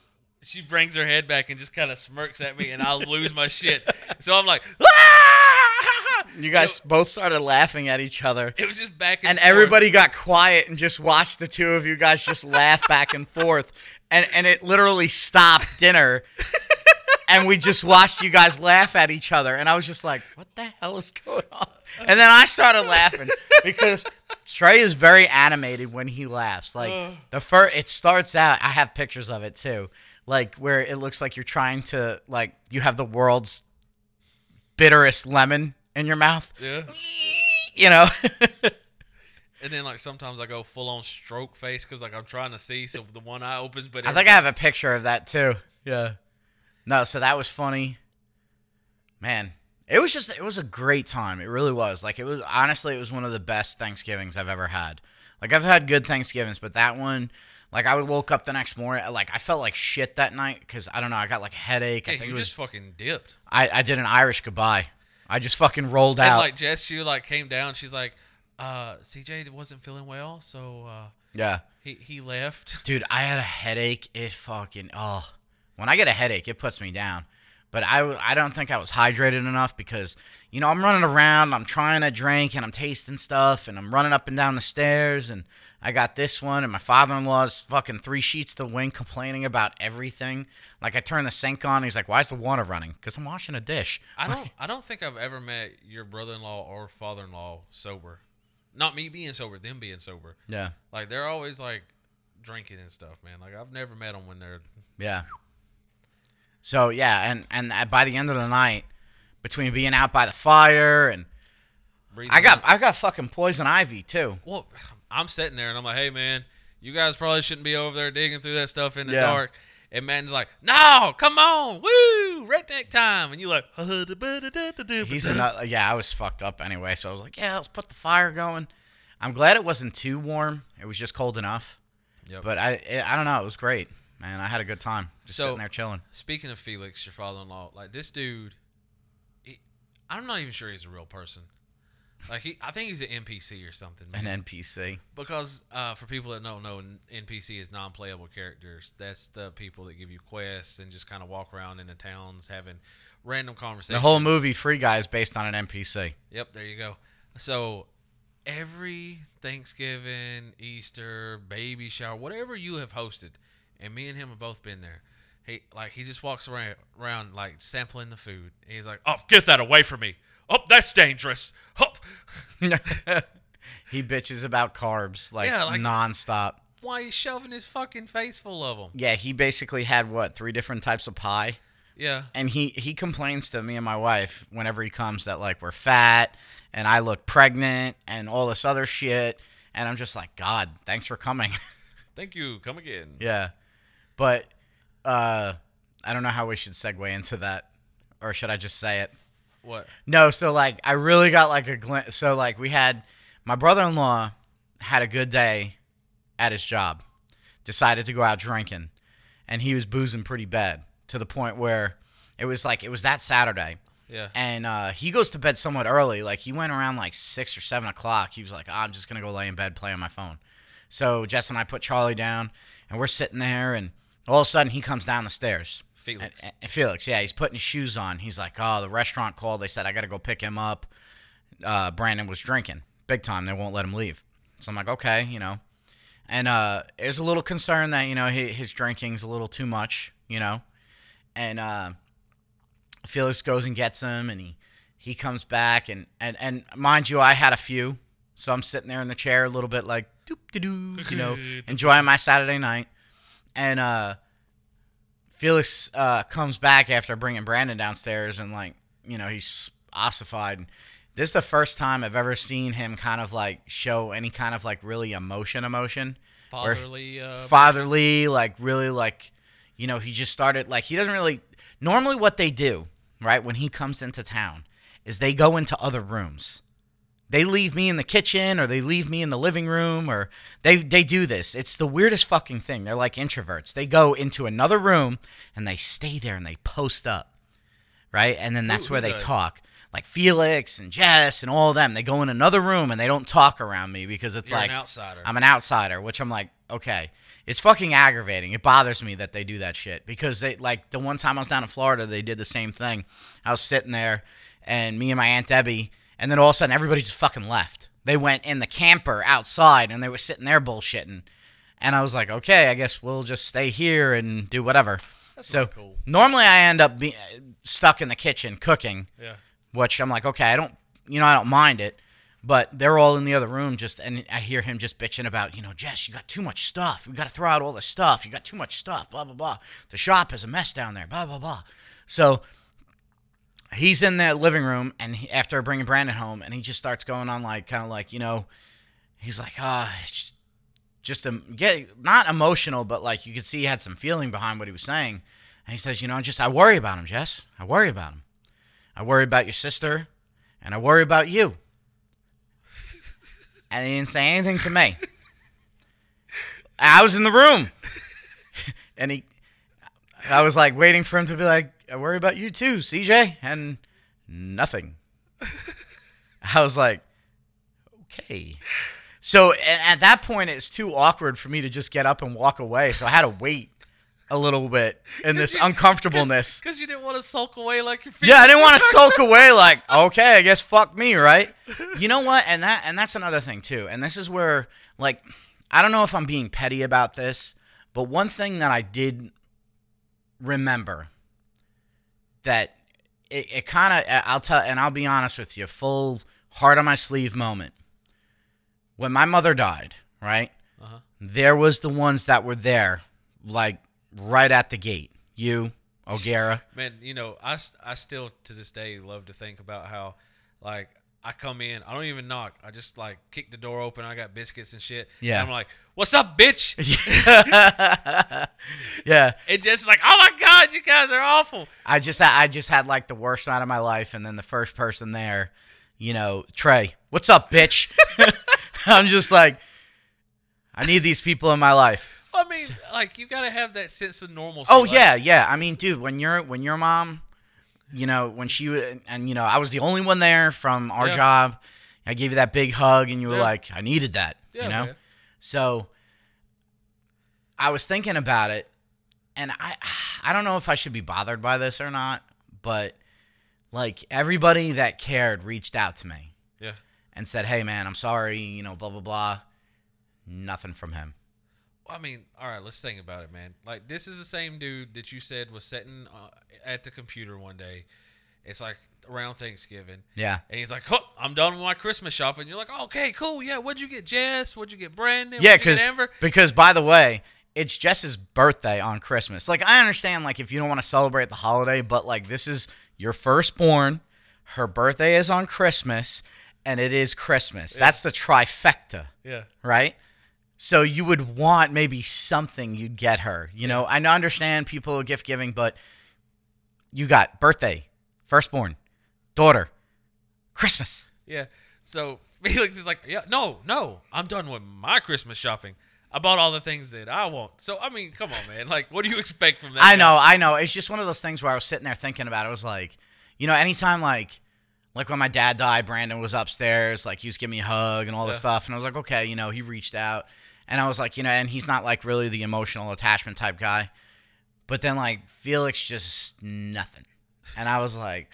she brings her head back and just kind of smirks at me and I lose my shit. So I'm like
You guys both started laughing at each other,
it was just back
and
forth.
everybody got quiet and just watched the two of you guys just laugh back and forth, and and it literally stopped dinner. And we just watched you guys laugh at each other, and I was just like, "What the hell is going on?" And then I started laughing because Trey is very animated when he laughs. Like the first, it starts out. I have pictures of it too, like where it looks like you're trying to like you have the world's bitterest lemon in your mouth,
Yeah.
you know.
And then like sometimes I go full on stroke face because like I'm trying to see, so the one eye opens. But
I think I have a picture of that too. Yeah. No, so that was funny. Man, it was just it was a great time. It really was. Like it was honestly it was one of the best Thanksgivings I've ever had. Like I've had good Thanksgivings, but that one like I would woke up the next morning like I felt like shit that night cuz I don't know, I got like a headache. I
every-
think
you
it was
just fucking dipped.
I I did an Irish goodbye. I just fucking rolled out.
And like Jess, you like came down. She's like, uh, "CJ wasn't feeling well, so uh,
yeah.
he he left."
Dude, I had a headache. It fucking oh. When I get a headache, it puts me down. But I, w- I don't think I was hydrated enough because, you know, I'm running around, I'm trying to drink and I'm tasting stuff and I'm running up and down the stairs and I got this one and my father in law's fucking three sheets to the wind complaining about everything. Like I turn the sink on, he's like, why's the water running? Because I'm washing a dish.
I don't. I don't think I've ever met your brother-in-law or father-in-law sober. Not me being sober, them being sober.
Yeah.
Like they're always like drinking and stuff, man. Like I've never met them when they're.
Yeah. So yeah, and and at- by the end of the night, between being out by the fire and
Breathing
I got
in.
I got fucking poison ivy too.
Well, I'm sitting there and I'm like, hey man, you guys probably shouldn't be over there digging through that stuff in the
Yeah.
dark. And Madden's like, no, come on, woo, redneck time. And you like,
He's another. Yeah, I was fucked up anyway, so I was like, yeah, let's put the fire going. I'm glad it wasn't too warm. It was just cold enough.
Yep.
But I it, I don't know. It was great, man. I had a good time just
So-
sitting there chilling.
Speaking of Felix, your father-in-law, like this dude, he, I'm not even sure he's a real person. Like he, I think he's an NPC or something. Man.
An NPC.
Because uh, for people that don't know, n- NPC is non-playable characters. That's the people that give you quests and just kind of walk around in the towns having random
The
conversations.
whole movie Free Guy is based on an NPC.
Yep, there you go. So every Thanksgiving, Easter, baby shower, whatever you have hosted, and me and him have both been there. He like he just walks around, around like sampling the food. He's like, "Oh, get that away from me! Oh, that's dangerous! Oh,
he bitches about carbs like,
Yeah, like-
nonstop.
why he's shoving his fucking face full of them?"
Yeah, he basically had what three different types of pie.
Yeah,
and he he complains to me and my wife whenever he comes that like we're fat and I look pregnant and all this other shit and I'm just like god thanks for coming
thank you. Come again.
yeah but uh I don't know how we should segue into that or should I just say it
What?
no, so like I really got like a glint. So like we had my brother-in-law had a good day at his job. Decided to go out drinking, and he was boozing pretty bad to the point where it was like it was that Saturday,
Yeah.
and uh, he goes to bed somewhat early. Like he went around like six or seven o'clock. He was like, "Ah, I'm just gonna go lay in bed, play on my phone. So Jess and I put Charlie down, and we're sitting there, and all of a sudden he comes down the stairs.
Felix.
And, and Felix, yeah, he's putting his shoes on. He's like, oh, the restaurant called. They said I got to go pick him up. Uh, Brandon was drinking big time. They won't let him leave. So I'm like, okay, you know. And uh, there's a little concern that you know his, his drinking's a little too much, you know. And uh, Felix goes and gets him, and he he comes back, and and and mind you, I had a few, so I'm sitting there in the chair a little bit like doop de doo, you know, enjoying my Saturday night, and uh. Felix uh, comes back after bringing Brandon downstairs, and like you know he's ossified. This is the first time I've ever seen him kind of like show any kind of like really emotion, emotion, or-
Fatherly. Uh,
fatherly, like really like you know he just started like he doesn't really normally what they do right when he comes into town is they go into other rooms. They leave me in the kitchen or they leave me in the living room or they they do this. It's the weirdest fucking thing. They're like introverts. They go into another room and they stay there and they post up. Right? And then that's
who
where they
does?
talk. Like Felix and Jess and all of them. They go in another room and they don't talk around me because it's
You're
like
an outsider.
I'm an outsider, which I'm like, okay. It's fucking aggravating. It bothers me that they do that shit because they like the one time I was down in Florida, they did the same thing. I was sitting there and me and my aunt Debbie, and then all of a sudden everybody just fucking left. They went in the camper outside and they were sitting there bullshitting. And I was like, okay, I guess we'll just stay here and do whatever. so
not cool.
normally I end up be- uh, stuck in the kitchen cooking
yeah.
which I'm like, okay, I don't, you know, I don't mind it, but they're all in the other room just, and I hear him just bitching about, you know, Jess, you got too much stuff. We got to throw out all this stuff. You got too much stuff, blah, blah, blah. The shop is a mess down there, blah, blah, blah. So he's in the living room, and he, after bringing Brandon home, and he just starts going on, like, kind of like, you know, he's like, ah, it's just- just um, get not emotional, but like you could see he had some feeling behind what he was saying. And he says, you know, just I worry about him, Jess. I worry about him. I worry about your sister, and I worry about you. and he didn't say anything to me. I was in the room, and he, I was like waiting for him to be like, I worry about you too, CJ, and nothing. I was like, okay. So a- at that point, it's too awkward for me to just get up and walk away. So I had to wait a little bit in this
you-
uncomfortableness.
Because you didn't want to sulk away like your feet.
Yeah, I didn't want to sulk away like, okay, I guess fuck me, right? You know what? And that and that's another thing too. And this is where like I don't know if I'm being petty about this, but one thing that I did remember that it, it kind of I'll tell and I'll be honest with you, full heart on my sleeve moment. When my mother died, right?
Uh-huh.
There was the ones that were there like right at the gate. You, O'Gara.
Man, you know, I, s- I still to this day love to think about how, like, I come in, I don't even knock. I just, like, kick the door open. I got biscuits and shit. and
Yeah.
I'm like, what's up, bitch?
yeah,
It just like, oh my God, you guys are awful.
I just I just had like the worst night of my life, and then the first person there, you know, Trey, what's up, bitch? I'm just like, I need these people in my life.
I mean, like, you got to have that sense of normalcy.
Oh
like,
yeah, yeah. I mean, dude, when you're when your mom, you know, when she wa- and you know, I was the only one there from our
Yeah.
job. I gave you that big hug, and you were
Yeah.
like, I needed that.
Yeah,
you know.
man.
So I was thinking about it and I I don't know if I should be bothered by this or not, but like everybody that cared reached out to me
Yeah.
and said, "Hey man, I'm sorry, you know, blah blah blah." Nothing from him.
I mean, all right, let's think about it, man. Like, this is the same dude that you said was sitting uh, at the computer one day. It's like around Thanksgiving.
Yeah.
And he's like, oh, I'm done with my Christmas shopping. You're like, okay, cool. Yeah, what'd you get, Jess? What'd you get, Brandon?
Yeah,
What'd you get,
cuz
Amber?
because by the way, it's Jess's birthday on Christmas. Like I understand like if you don't want to celebrate the holiday, but like this is your firstborn, her birthday is on Christmas, and it is Christmas. That's the trifecta.
Yeah.
right? So you would want maybe something you'd get her. You know, I understand people are gift giving, but you got birthday, firstborn, daughter, Christmas.
Yeah. So Felix is like, yeah, no, no, I'm done with my Christmas shopping. I bought all the things that I want. So, I mean, come on, man. Like, what do you expect from that?
I
guy?
know, I know. It's just one of those things where I was sitting there thinking about it. I was like, you know, anytime like like when my dad died, Brandon was upstairs, like he was giving me a hug and all this
Yeah.
stuff. And I was like, okay, you know, he reached out. And I was like, you know, and he's not like really the emotional attachment type guy. But then like Felix just nothing. And I was like,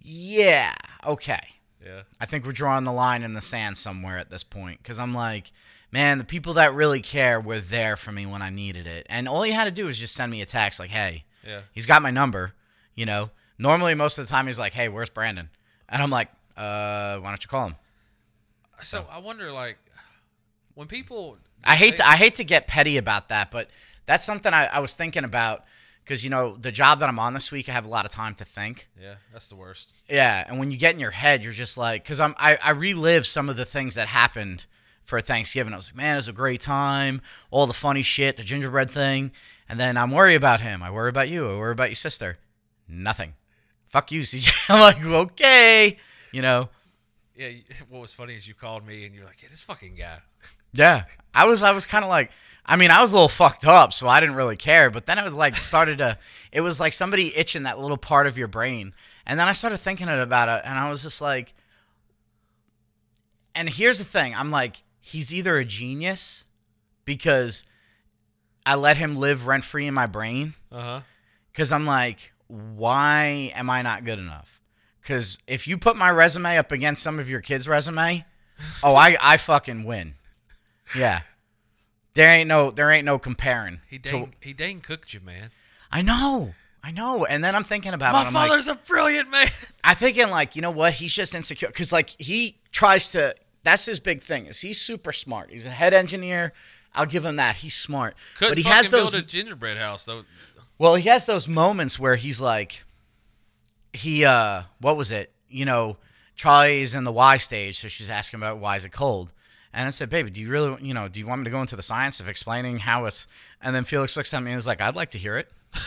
yeah, okay.
Yeah.
I think we're drawing the line in the sand somewhere at this point because I'm like, man, the people that really care were there for me when I needed it. And all you had to do was just send me a text like, hey,
Yeah.
he's got my number. You know, normally most of the time he's like, hey, where's Brandon? And I'm like, uh, why don't you call him?
So, I wonder, like, when people.
I hate to, I hate to get petty about that, but that's something I, I was thinking about because, you know, the job that I'm on this week, I have a lot of time to think.
Yeah, that's the worst.
Yeah, and when you get in your head, you're just like, because I'm I, I relive some of the things that happened for Thanksgiving. I was like, man, it was a great time, all the funny shit, the gingerbread thing, and then I'm worried about him. I worry about you. I worry about your sister. Nothing. Fuck you, CJ. I'm like, okay, you know.
Yeah. you- What was funny is you called me and you're like, yeah, this fucking guy.
Yeah, I was I was kind of like, I mean, I was a little fucked up, so I didn't really care. But then it was like started to, it was like somebody itching that little part of your brain, and then I started thinking it about it, and I was just like, and here's the thing, I'm like, he's either a genius, because I let him live rent free in my brain,
Uh huh.
because I'm like, why am I not good enough? Because if you put my resume up against some of your kids' resume, oh, I, I fucking win. Yeah, there ain't no there ain't no comparing.
He
to-
dang, he dang cooked you, man.
I know, I know. And then I'm thinking about
My
it. I'm like,
father's a brilliant man.
I thinking like, you know what? He's just insecure because like he tries to. That's his big thing. Is he's super smart. He's a head engineer. I'll give him that. He's smart,
Couldn't
but he has
fucking
those
build a gingerbread house though.
Well, he has those moments where he's like, he, uh, what was it? You know, Charlie's in the why stage, so she's asking about why is it cold. And I said, baby, do you really, you know, do you want me to go into the science of explaining how it's, and then Felix looks at me and is like, I'd like to hear it.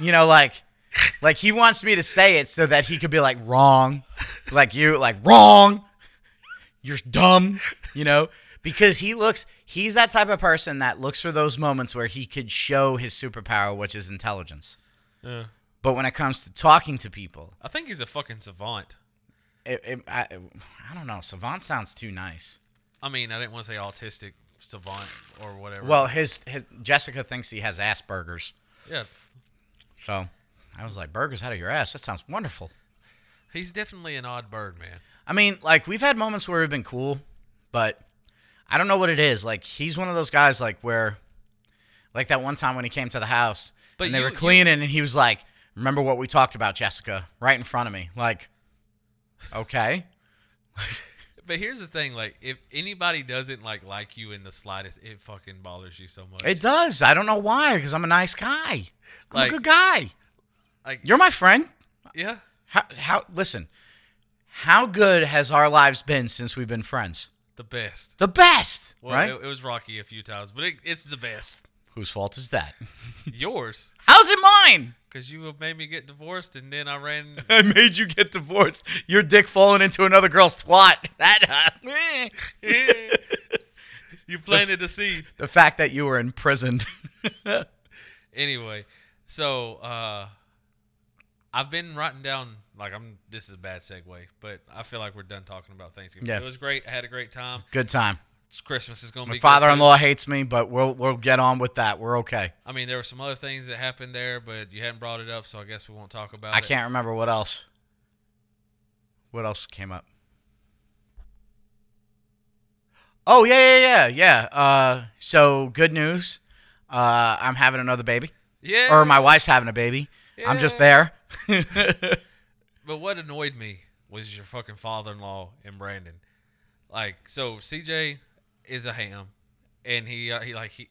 you know, like, like he wants me to say it so that he could be like, wrong, like you, like, wrong you're dumb, you know, because he looks, he's that type of person that looks for those moments where he could show his superpower, which is intelligence.
Yeah.
But when it comes to talking to people,
I think he's a fucking savant.
it, it, I, I don't know. Savant sounds too nice.
I mean, I didn't want to say autistic, savant or whatever.
Well, his, his Jessica thinks he has Asperger's,
yeah,
so I was like, "Burgers out of your ass." That sounds wonderful.
he's definitely an odd bird, man.
I mean, like we've had moments where we've been cool, but I don't know what it is. Like he's one of those guys, like where, like that one time when he came to the house
But
and they
you-
were
you-
cleaning, and he was like, "Remember what we talked about, Jessica?" Right in front of me, like, okay,
But here's the thing: like, if anybody doesn't like like you in the slightest, it fucking bothers you so much.
it does. I don't know why, because I'm a nice guy. I'm
Like-
a good guy.
like,
You're my friend.
yeah,
How, how? Listen, how good has our lives been since we've been friends?
the best.
The best,
Well,
right?
it, it was rocky a few times, but it, it's the best.
Whose fault is that?
Yours,
How's it mine?
because you have made me get divorced, and then I ran.
I made you get divorced. Your dick falling into another girl's twat. That uh, eh.
you planted the seed.
the fact that you were imprisoned.
anyway, so uh I've been writing down like I'm this is a bad segue, but I feel like we're done talking about Thanksgiving.
Yeah.
It was great. I had a great time.
Good time.
It's Christmas is gonna
My
be good,
father-in-law hates me, but we'll we'll get on with that. We're okay.
too. I mean, there were some other things that happened there, but you hadn't brought it up, so I guess we won't talk about
I
it.
can't remember what else. What else came up? Oh yeah yeah yeah yeah. Uh, so good news. Uh, I'm having another baby,
Yeah.
or my wife's having a baby. I'm just there.
But what annoyed me was your fucking father-in-law and Brandon. Like, so CJ is a ham, and he uh, he like he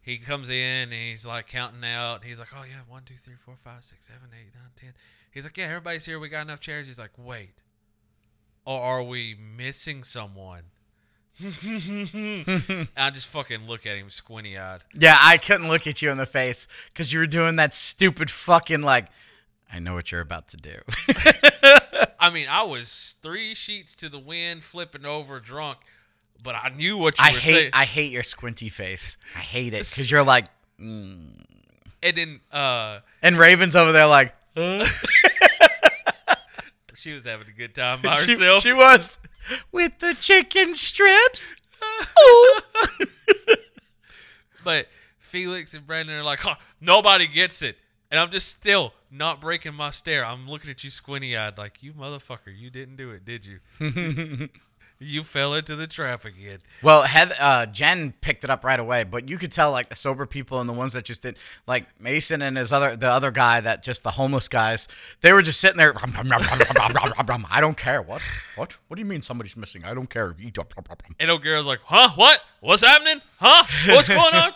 he comes in and he's like counting out. He's like, oh yeah, one, two, three, four, five, six, seven, eight, nine, ten. He's like, yeah, everybody's here. We got enough chairs. He's like, wait, or are we missing someone? And I just fucking look at him squinty eyed.
Yeah, I couldn't look at you in the face because you were doing that stupid fucking like. I know what you're about to do.
I mean, I was three sheets to the wind, flipping over, drunk, but I knew what you
I
were
hate
saying.
I hate your squinty face. I hate it because you're like,
and then uh,
and Raven's over there like
she was having a good time by
she,
herself.
she was with the chicken strips. Ooh.
but Felix and Brandon are like, huh, nobody gets it. And I'm just still not breaking my stare. I'm looking at you squinty eyed, like, you motherfucker, you didn't do it, did you? you fell into the trap again.
Well, Heath, uh, Jen picked it up right away, but you could tell like the sober people and the ones that just did, like Mason and his other the other guy that just the homeless guys, they were just sitting there. "Rum, rum, rum, rum, rum, rum, rum, rum." I don't care what what what do you mean somebody's missing? I don't care. You don't- rum, rum, rum."
And O'Gara's like, huh? What? What's happening? Huh? What's going on?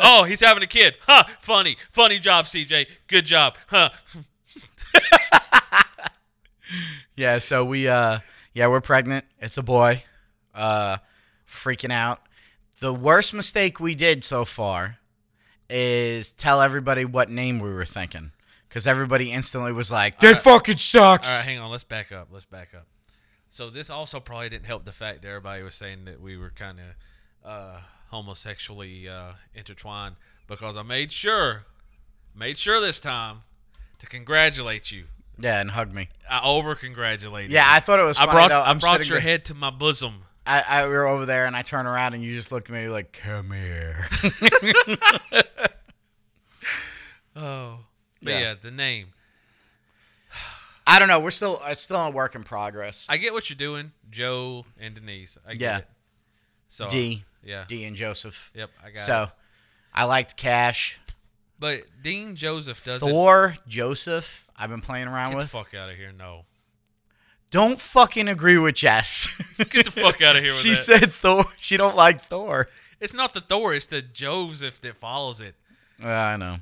oh, he's having a kid. Huh? Funny. Funny job, CJ. Good job. Huh?
Yeah, so we uh yeah we're pregnant. It's a boy. Uh, freaking out. The worst mistake we did so far is tell everybody what name we were thinking, because everybody instantly was like, "Uh, "That fucking sucks."
All right, hang on. Let's back up. Let's back up. So this also probably didn't help the fact that everybody was saying that we were kind of uh, homosexually uh, intertwined because I made sure, made sure this time to congratulate you.
Yeah, and hug me.
I over congratulated.
Yeah, I thought it was
I
funny
brought
though.
I
I'm
brought
sitting
your
there-
head to my bosom.
I, I we were over there and I turn around and you just looked at me like, "Come here."
Oh, but
Yeah.
yeah. the name.
I don't know. We're still it's still a work in progress.
I get what you're doing, Joe and Denise. I get
Yeah.
it. So
D.
Yeah.
D and Joseph.
Yep, I got
so,
it.
I liked Cash,
But Dean Joseph doesn't.
Thor, Joseph. I've been playing around
get the
with.
fuck out of here! No.
Don't fucking agree with Jess.
Get the fuck out of here! With
she
that.
said Thor. She don't like Thor.
It's not the Thor, it's the Joseph that follows it.
Uh, I know.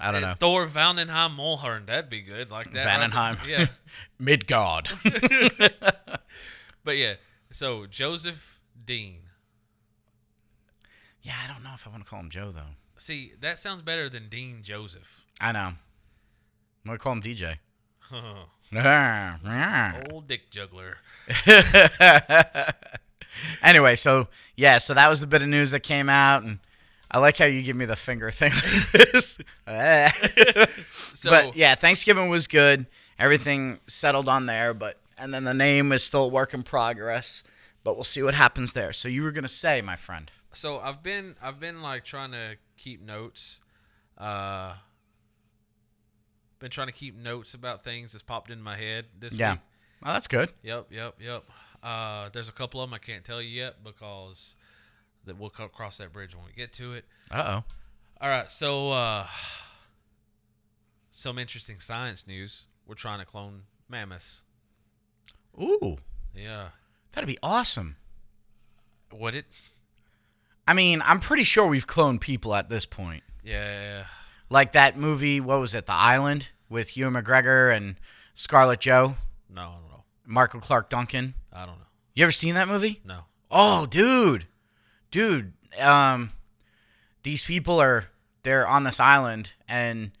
I don't know.
Thor Vandenheim Mulhern, that'd be good. Like that.
Vandenheim.
Yeah.
Midgard.
But yeah. So Joseph Dean.
yeah, I don't know if I want to call him Joe though.
See, that sounds better than Dean Joseph.
I know. I'm gonna call him DJ.
Old dick juggler.
anyway, so yeah, so that was the bit of news that came out, and I like how you give me the finger thing like this. Eh.
So
but yeah, Thanksgiving was good. Everything settled on there, but and then the name is still a work in progress. But we'll see what happens there. So you were gonna say, my friend.
So I've been I've been like trying to keep notes. Uh been trying to keep notes about things that's popped in my head this
Yeah.
week.
Well, that's good.
Yep, yep, yep. Uh there's a couple of them I can't tell you yet because that we'll co- cross that bridge when we get to it.
Uh oh.
All right, so uh some interesting science news. We're trying to clone mammoths.
Ooh,
Yeah.
that'd be awesome.
Would it?
I mean, I'm pretty sure we've cloned people at this point.
Yeah.
Like that movie, what was it, The Island, with Hugh McGregor and Scarlett Jo,
No, I don't know.
Michael Clark Duncan.
I don't know.
You ever seen that movie?
No.
Oh, dude, dude. Um, these people are they're on this island, and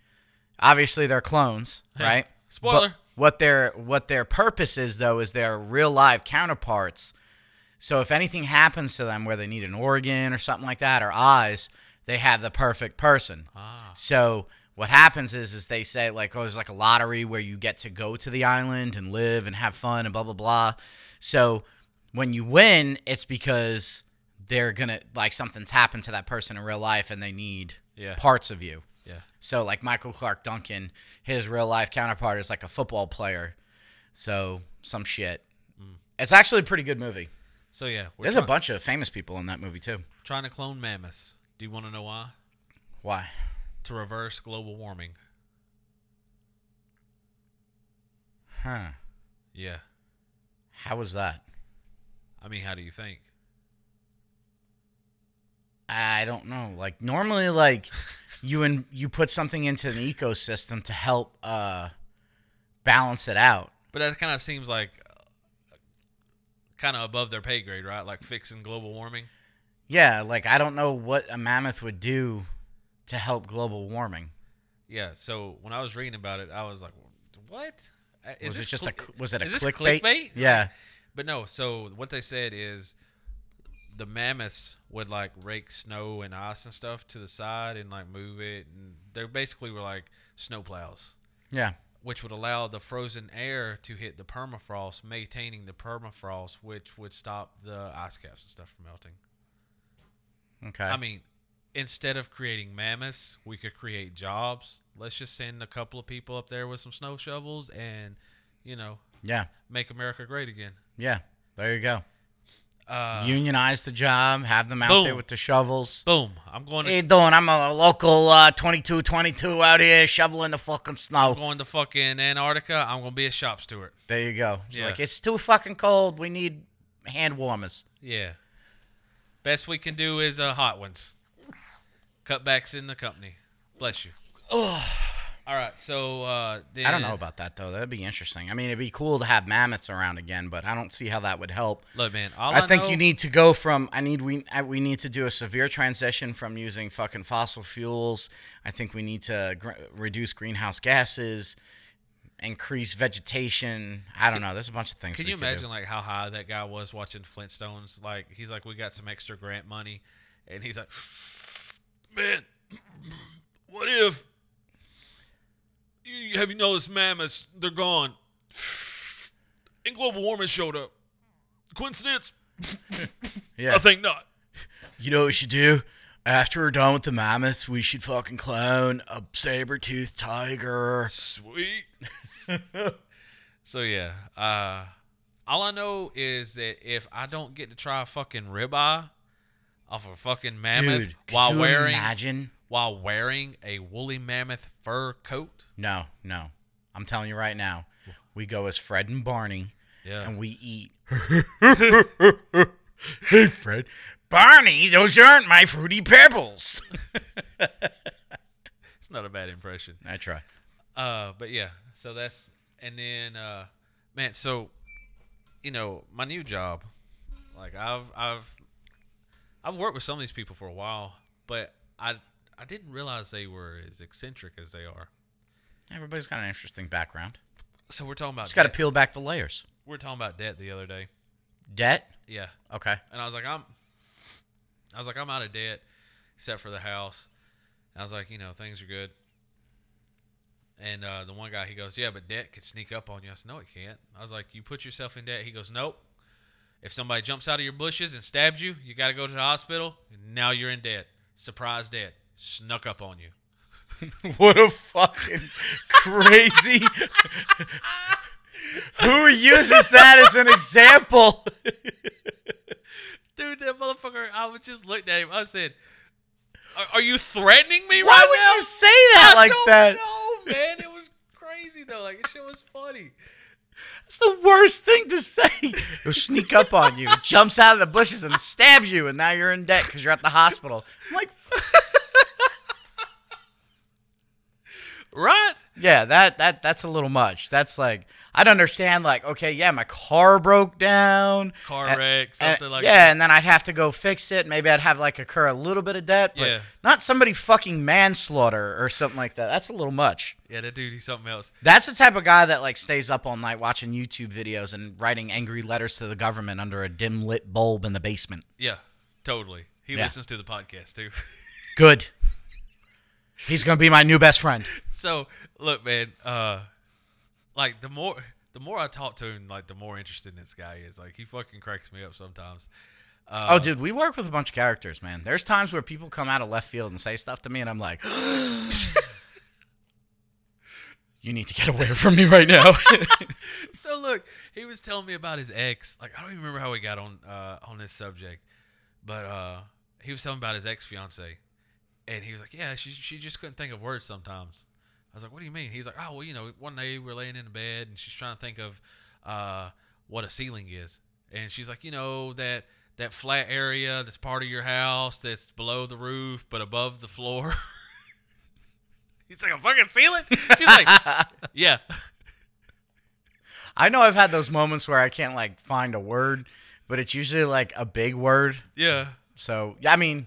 obviously they're clones,
Hey,
right?
spoiler.
But what their what their purpose is though is their real live counterparts. So if anything happens to them where they need an organ or something like that or eyes, they have the perfect person.
Ah.
So what happens is is they say like oh there's like a lottery where you get to go to the island and live and have fun and blah blah blah. So when you win, it's because they're gonna like something's happened to that person in real life and they need
Yeah.
parts of you.
Yeah.
So like Michael Clark Duncan, his real life counterpart is like a football player. So some shit. It's actually a pretty good movie.
So yeah, we're
There's
try-
a bunch of famous people in that movie too.
trying to clone mammoths. Do you want to know why?
Why?
To reverse global warming.
Huh.
Yeah.
How was that?
I mean, how do you think?
I don't know. Like normally like you and you put something into an ecosystem to help uh balance it out.
But that kind of seems like kind of above their pay grade, right? Like fixing global warming.
Yeah, like I don't know what a mammoth would do to help global warming.
Yeah. So when I was reading about it, I was like, what? Uh, Is
was
this
it just
cl-
a was it a
is this
clickbait?
clickbait?
Yeah.
But no, so what they said is the mammoths would like rake snow and ice and stuff to the side and like move it and they basically were like snow plows,
Yeah.
which would allow the frozen air to hit the permafrost, maintaining the permafrost, which would stop the ice caps and stuff from melting.
Okay.
I mean, instead of creating mammoths, we could create jobs. Let's just send a couple of people up there with some snow shovels and, you know,
yeah.
make America great again.
Yeah. There you go.
Uh,
Unionize the job. Have them out there
boom.
with the shovels.
boom. I'm going to
What you doing? I'm a local uh, 2222 out here shoveling the fucking
I'm
snow.
going to fucking Antarctica. I'm gonna be a shop steward.
There you go. It's
Yeah.
like it's too fucking cold. We need hand warmers.
Yeah. Best we can do is uh, hot ones. Cutbacks in the company. Bless you. All right. So uh, then,
I don't know about that though. That'd be interesting. I mean, it'd be cool to have mammoths around again, but I don't see how that would help.
Look, man. All I,
I think
know-
you need to go from I need we I- we need to do a severe transition from using fucking fossil fuels. I think we need to gr- reduce greenhouse gases, increase vegetation. I don't know. There's a bunch of things.
Can
we
you
could do.
imagine like how high that guy was watching Flintstones? Like he's like, we got some extra grant money, and he's like, man, what if? You, have you noticed mammoths? They're gone, and global warming showed up. Coincidence?
Yeah.
think not.
you know what we should do? After we're done with the mammoths, we should fucking clone a saber-toothed tiger.
Sweet. so yeah, uh, all I know is that if I don't get to try a fucking ribeye off a fucking mammoth
Dude, could
while
you
wearing
imagine?
while wearing a woolly mammoth fur coat,
No, no. I'm telling you right now. We go as Fred and Barney.
yeah,
and we eat. hey, Fred. Barney, those aren't my fruity pebbles.
it's not a bad impression.
I try.
Uh, but yeah, so that's and then uh, man, so you know my new job, like I've I've I've worked with some of these people for a while, but I I didn't realize they were as eccentric as they are.
Everybody's got an interesting background.
So we're talking about
Just got to
debt.
peel back the layers.
we're talking about debt the other day.
Debt?
Yeah,
Okay.
and I was like, I'm, I was like, I'm out of debt, except for the house. And I was like, you know, things are good. And uh, the one guy, he goes, yeah, but debt could sneak up on you. I said, no, it can't. I was like, you put yourself in debt. He goes, nope. If somebody jumps out of your bushes and stabs you, you got to go to the hospital. And now you're in debt. Surprise debt. Snuck up on you.
What a fucking crazy. Who uses that as an example?
Dude, that motherfucker, I was just looking at him. I said, Are, are you threatening me
Why
right
would
now?
you say that
I
like
don't
that?
know, man. It was crazy, though. Like, this shit was funny.
That's the worst thing to say. He'll sneak up on you, jumps out of the bushes, and stabs you, and now you're in debt because you're at the hospital. I'm like,
Right?
Yeah, that that that's a little much. That's like I'd understand. Like, okay, yeah, my car broke down.
Car
and-
wreck,
and-
something like
yeah,
that.
and then I'd have to go fix it. Maybe I'd have like incur a little bit of debt, but
Yeah.
not somebody fucking manslaughter or something like that. That's a little much.
Yeah, that dude, he's something else.
That's the type of guy that like stays up all night watching YouTube videos and writing angry letters to the government under a dim lit bulb in the basement.
Yeah, totally. He
Yeah.
listens to the podcast, too.
Good. He's gonna be my new best friend.
so look man uh like the more the more i talk to him like the more interesting this guy is like he fucking cracks me up sometimes
Oh, dude, we work with a bunch of characters, man. There's times where people come out of left field and say stuff to me, and I'm like, you need to get away from me right now.
so look he was telling me about his ex like i don't even remember how we got on uh on this subject but uh he was telling me about his ex fiance and he was like yeah she, she just couldn't think of words sometimes i was like what do you mean he's like oh well you know one day we're laying in the bed and she's trying to think of uh what a ceiling is and she's like you know that that flat area that's part of your house that's below the roof but above the floor he's like a fucking ceiling she's like yeah
I know I've had those moments where I can't like find a word, but it's usually like a big word.
yeah
So yeah, I mean,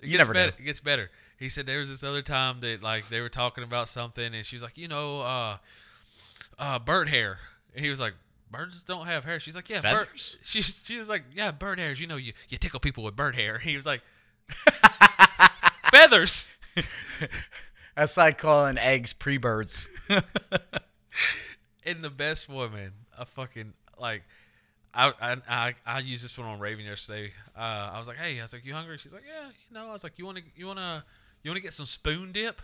It
You
gets
never
better.
do.
It gets better. He said there was this other time that like they were talking about something, and she's like, you know, uh, uh, bird hair. And he was like, birds don't have hair. She's like, yeah, bird.
Feathers?
She she was like, yeah, bird hairs. You know, you you tickle people with bird hair. He was like, feathers.
that's like calling eggs pre-birds.
And the best one, man. I fucking like. I, I, I, I used this one on Raven yesterday. Uh, I was like, "Hey," I was like, "You hungry?" She's like, "Yeah." You know, I was like, "You want to you want to you want to get some spoon dip?"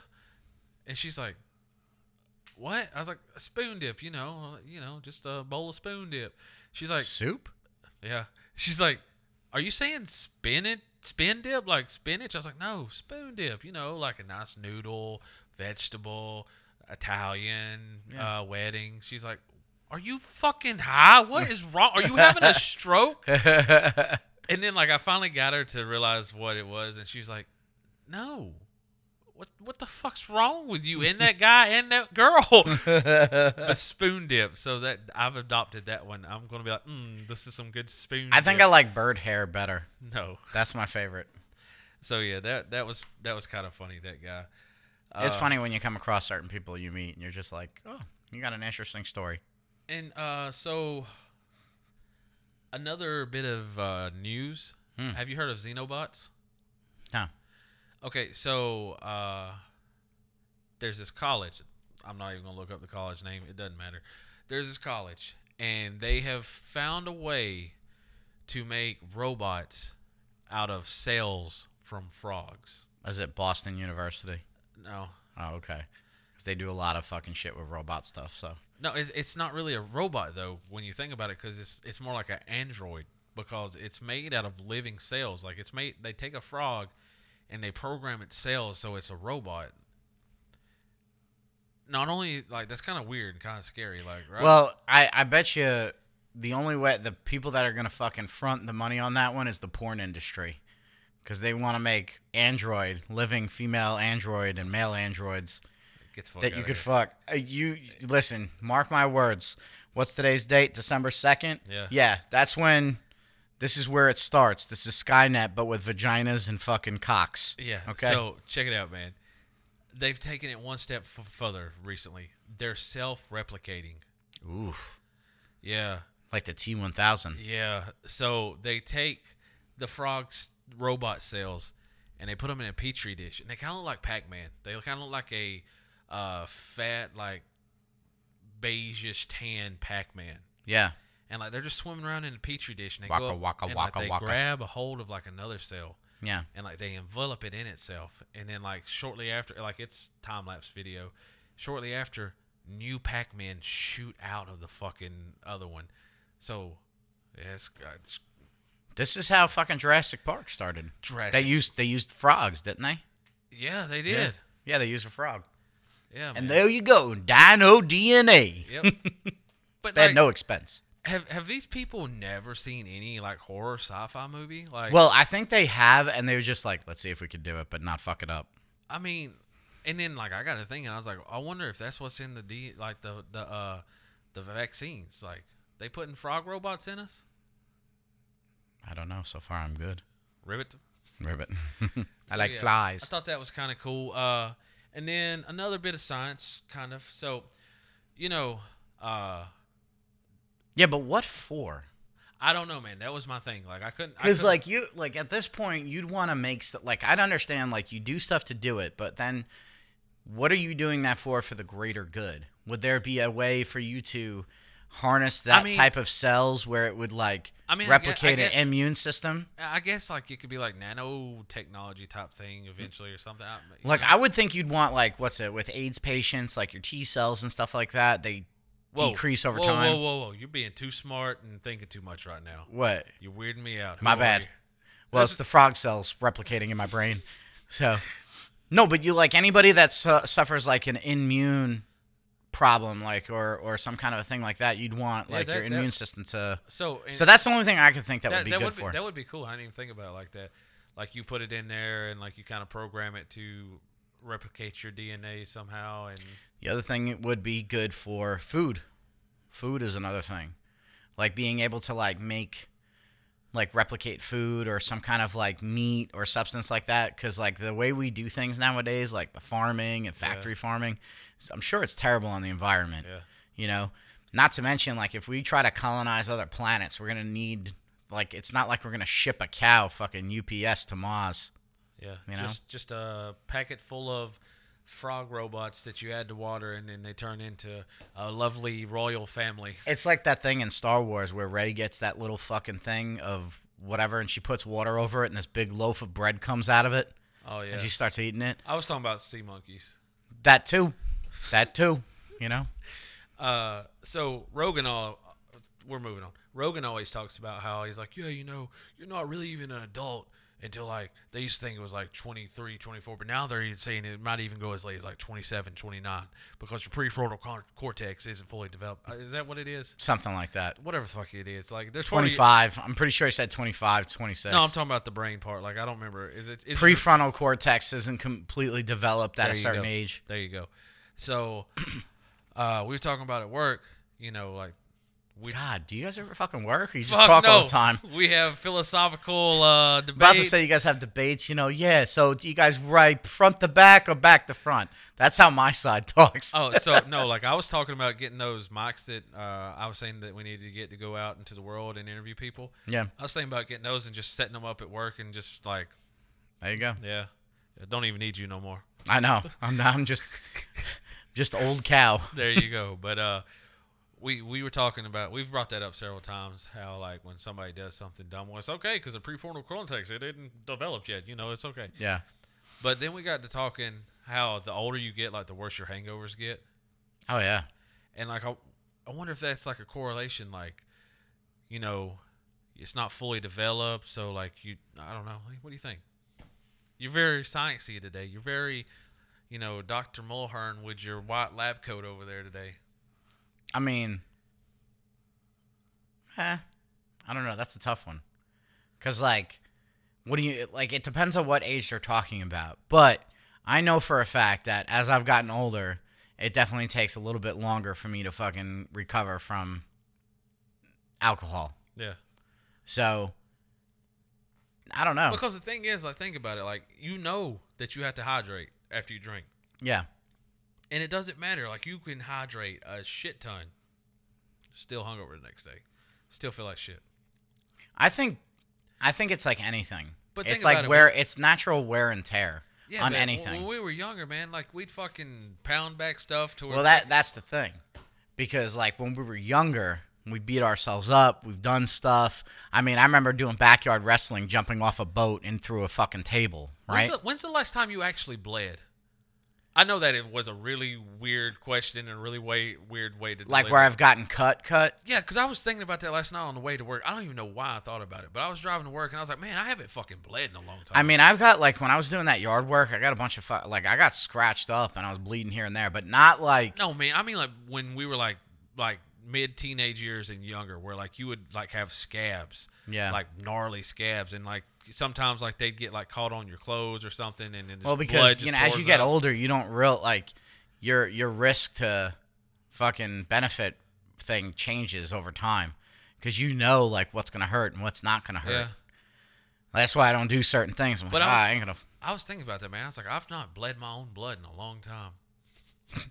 And she's like, "What?" I was like, "A spoon dip, you know, uh, you know, just a bowl of spoon dip." She's like,
Soup?
"Yeah." She's like, "Are you saying spinach spin dip like spinach?" I was like, "No, spoon dip, you know, like a nice noodle, vegetable, Italian uh, wedding." She's like, "Are you fucking high? What is wrong? Are you having a stroke?" And then like I finally got her to realize what it was, and she's like, "No, what what the fuck's wrong with you and that guy and that girl?" a spoon dip. So that I've adopted that one. I'm gonna be like, mm, "This is some good spoon."
I think I
dip."
like bird hair better.
no.
That's my favorite.
So yeah, that that was that was kind of funny. That guy.
It's funny when you come across certain people you meet and you're just like, oh, you got an interesting story.
And uh, so another bit of uh, news. Have you heard of Xenobots?
No.
Okay, so uh, there's this college. I'm not even gonna look up the college name. It doesn't matter. There's this college, and they have found a way to make robots out of cells from frogs.
Is it Boston University?
No,
Oh, okay. 'Cause they do a lot of fucking shit with robot stuff. So
No, it's, it's not really a robot though when you think about it, because it's it's more like an android because it's made out of living cells. Like it's made, they take a frog, and they program its cells so it's a robot. Not only like that's kind of weird, kind of scary. Like right?
well, I I bet you the only way the people that are gonna fucking front the money on that one is the porn industry, because they want to make android living female android and male androids
gets
that you could fuck. Uh, you listen, mark my words. What's today's date? December second.
Yeah.
Yeah, that's when. This is where it starts. This is Skynet, but with vaginas and fucking cocks.
Yeah.
Okay.
So check it out, man. They've taken it one step f- further recently. They're self-replicating.
Oof.
Yeah.
Like the T one thousand.
Yeah. So they take the frog's robot cells and they put them in a petri dish, and they kind of look like Pac-Man. They kind of look like a uh, fat, like beigeish tan Pac-Man.
Yeah.
and like they're just swimming around in a petri dish and they
Waka,
go up,
waka,
and,
waka,
like, they
waka.
grab a hold of like another cell
Yeah.
and like they envelop it in itself and then like shortly after like it's time lapse video shortly after new pac-man shoot out of the fucking other one so yeah, it's, uh, it's
This is how fucking Jurassic Park started.
Jurassic-
They used they used frogs, didn't they?
yeah they did
Yeah, they used a frog.
yeah,
And
Oh, man.
there you go, dino DNA.
yep but
They
like,
had no expense.
have have these people never seen any like horror sci-fi movie like
Well, I think they have, and they were just like, let's see if we could do it, but not fuck it up.
I mean, and then like I got to thinking, I was like, I wonder if that's what's in the D, like the the uh the vaccines. Like they putting frog robots in us.
I don't know. So far, I'm good.
Ribbit.
Ribbit. I
So,
like
yeah, I
flies.
thought that was kind of cool. Uh, and then another bit of science, kind of. So, you know, uh,
Yeah, but what for?
I don't know, man. That was my thing. Like I couldn't. I
Because
couldn't-
like you, like at this point, you'd want to make s- like I'd understand like you do stuff to do it, but then what are you doing that for? For the greater good? Would there be a way for you to harness that
mean-
type of cells where it would like
I mean, I get- I
replicate
get-
an immune system?
I guess like it could be like nanotechnology type thing eventually or something. I, you
Like
know.
I would think you'd want like what's it with AIDS patients, like your T cells and stuff like that. They
Whoa,
decrease over
whoa,
time.
Whoa, whoa, whoa! You're being too smart and thinking too much right now.
What?
You're weirding me out. Who
My
are
bad.
you?
Well, it's the frog cells replicating in my brain. So, no, but you like anybody that su- suffers like an immune problem, like or or some kind of a thing like that, you'd want
Yeah,
like
that-
your
that-
immune system to.
So, and
So that's the only thing I could think that, would be
that
good
would be,
for.
That would be cool. I didn't even think about it like that. Like you put it in there and like you kind of program it to replicate your DNA somehow. And
the other thing it would be good for food. Food is another thing, like being able to like make, like replicate food or some kind of like meat or substance like that. Because like the way we do things nowadays, like the farming and factory farming, s- I'm sure it's terrible on the environment.
yeah,
you know not to mention like if we try to colonize other planets we're gonna need like it's not like we're gonna ship a cow fucking ups to mars
yeah.
You know?
just just a packet full of frog robots that you add to water and then they turn into a lovely royal family.
it's like that thing in star wars where ray gets that little fucking thing of whatever and she puts water over it and this big loaf of bread comes out of it
Oh yeah.
and she starts eating it
I was talking about sea monkeys.
that too that too you know
Uh, so Rogan, all we're moving on. Rogan always talks about how he's like, yeah, you know, you're not really even an adult until like they used to think it was like 23, 24, but now they're saying it might even go as late as like 27, 29 because your prefrontal cor- cortex isn't fully developed. Uh, Is that what it is?
something like that
Whatever the fuck it is, like there's 40
25 i'm pretty sure i said 25 26
No, I'm talking about the brain part. Like I don't remember. Is it is it-
prefrontal cortex isn't completely developed at
There
a
you
certain
go.
age
There you go. So uh, we were talking about at work. You know, like we
god do you guys ever fucking work or you just
Fuck
talk
no.
all the time
We have philosophical uh, debate.
about to say you guys have debates, you know, yeah, so do you guys write front to back or back to front? That's how my side talks.
oh, so no, like I was talking about getting those mics that uh, I was saying that we needed to get to go out into the world and interview people.
Yeah,
I was thinking about getting those and just setting them up at work and just like,
there you go.
yeah, I don't even need you no more.
I know. I'm, I'm just just old cow.
There you go. But uh, we we were talking about we've brought that up several times how like when somebody does something dumb, well, it's okay because the prefrontal cortex it isn't developed yet. You know, it's okay.
Yeah.
But then we got to talking how the older you get, like the worse your hangovers get.
Oh yeah.
and like I, I wonder if that's like a correlation like you know it's not fully developed so like you i don't know Like, what do you think you're very sciencey today you're very you know dr mulhern with your white lab coat over there today
I mean, eh, I don't know. That's a tough one. Cause like, what do you like? It depends on what age they're talking about. But I know for a fact that as I've gotten older, it definitely takes a little bit longer for me to fucking recover from alcohol.
yeah
So I don't know.
because the thing is like think about it like you know that you have to hydrate after you drink
Yeah,
and it doesn't matter like you can hydrate a shit ton still hungover the next day still feel like shit
I think I think it's like anything.
But think
it's like
about it,
wear it's natural wear and tear on
but
anything.
when we were younger man like we'd fucking pound back stuff to where
Well, that that's the thing, because like when we were younger, We beat ourselves up. We've done stuff. I mean, I remember doing backyard wrestling, jumping off a boat and through a fucking table, right?
When's the, when's the last time you actually bled? I know that it was a really weird question and a really way weird way to
Like
deliver
where
it.
I've gotten cut, cut.
Yeah, because I was thinking about that last night on the way to work. I don't even know why I thought about it, but I was driving to work and I was like, man, I haven't fucking bled in a long time.
I mean, I've got like when I was doing that yard work, I got a bunch of fu- like I got scratched up and I was bleeding here and there, but not like
no, man, I mean like when we were like like mid teenage years and younger, where like you would like have scabs,
Yeah.
like gnarly scabs, and like sometimes like they'd get like caught on your clothes or something, and then
well
just blood
because
just
you know as
pours
you get
out.
older, you don't real like your your risk to fucking benefit thing changes over time because you know like what's gonna hurt and what's not gonna hurt.
yeah.
That's why I don't do certain things. I'm
But
like,
I was-
"Ah, I ain't gonna.
I was thinking about that, man. I was like, I've not bled my own blood in a long time.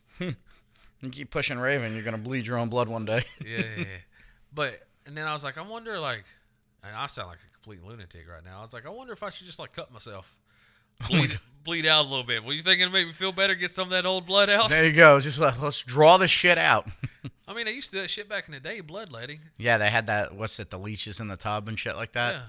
You keep pushing Raven, you're gonna bleed your own blood one day.
yeah, yeah, yeah. But and then I was like, I wonder, like, and I sound like a complete lunatic right now. I was like, I wonder if I should just like cut myself,
Oh
bleed, bleed out a little bit. Were you thinking to make me feel better, get some of that old blood out?
there you go. Just let, let's draw the shit out.
I mean, I used to do that shit back in the day, bloodletting.
yeah, they had that. What's it? The leeches in the tub and shit like that.
Yeah,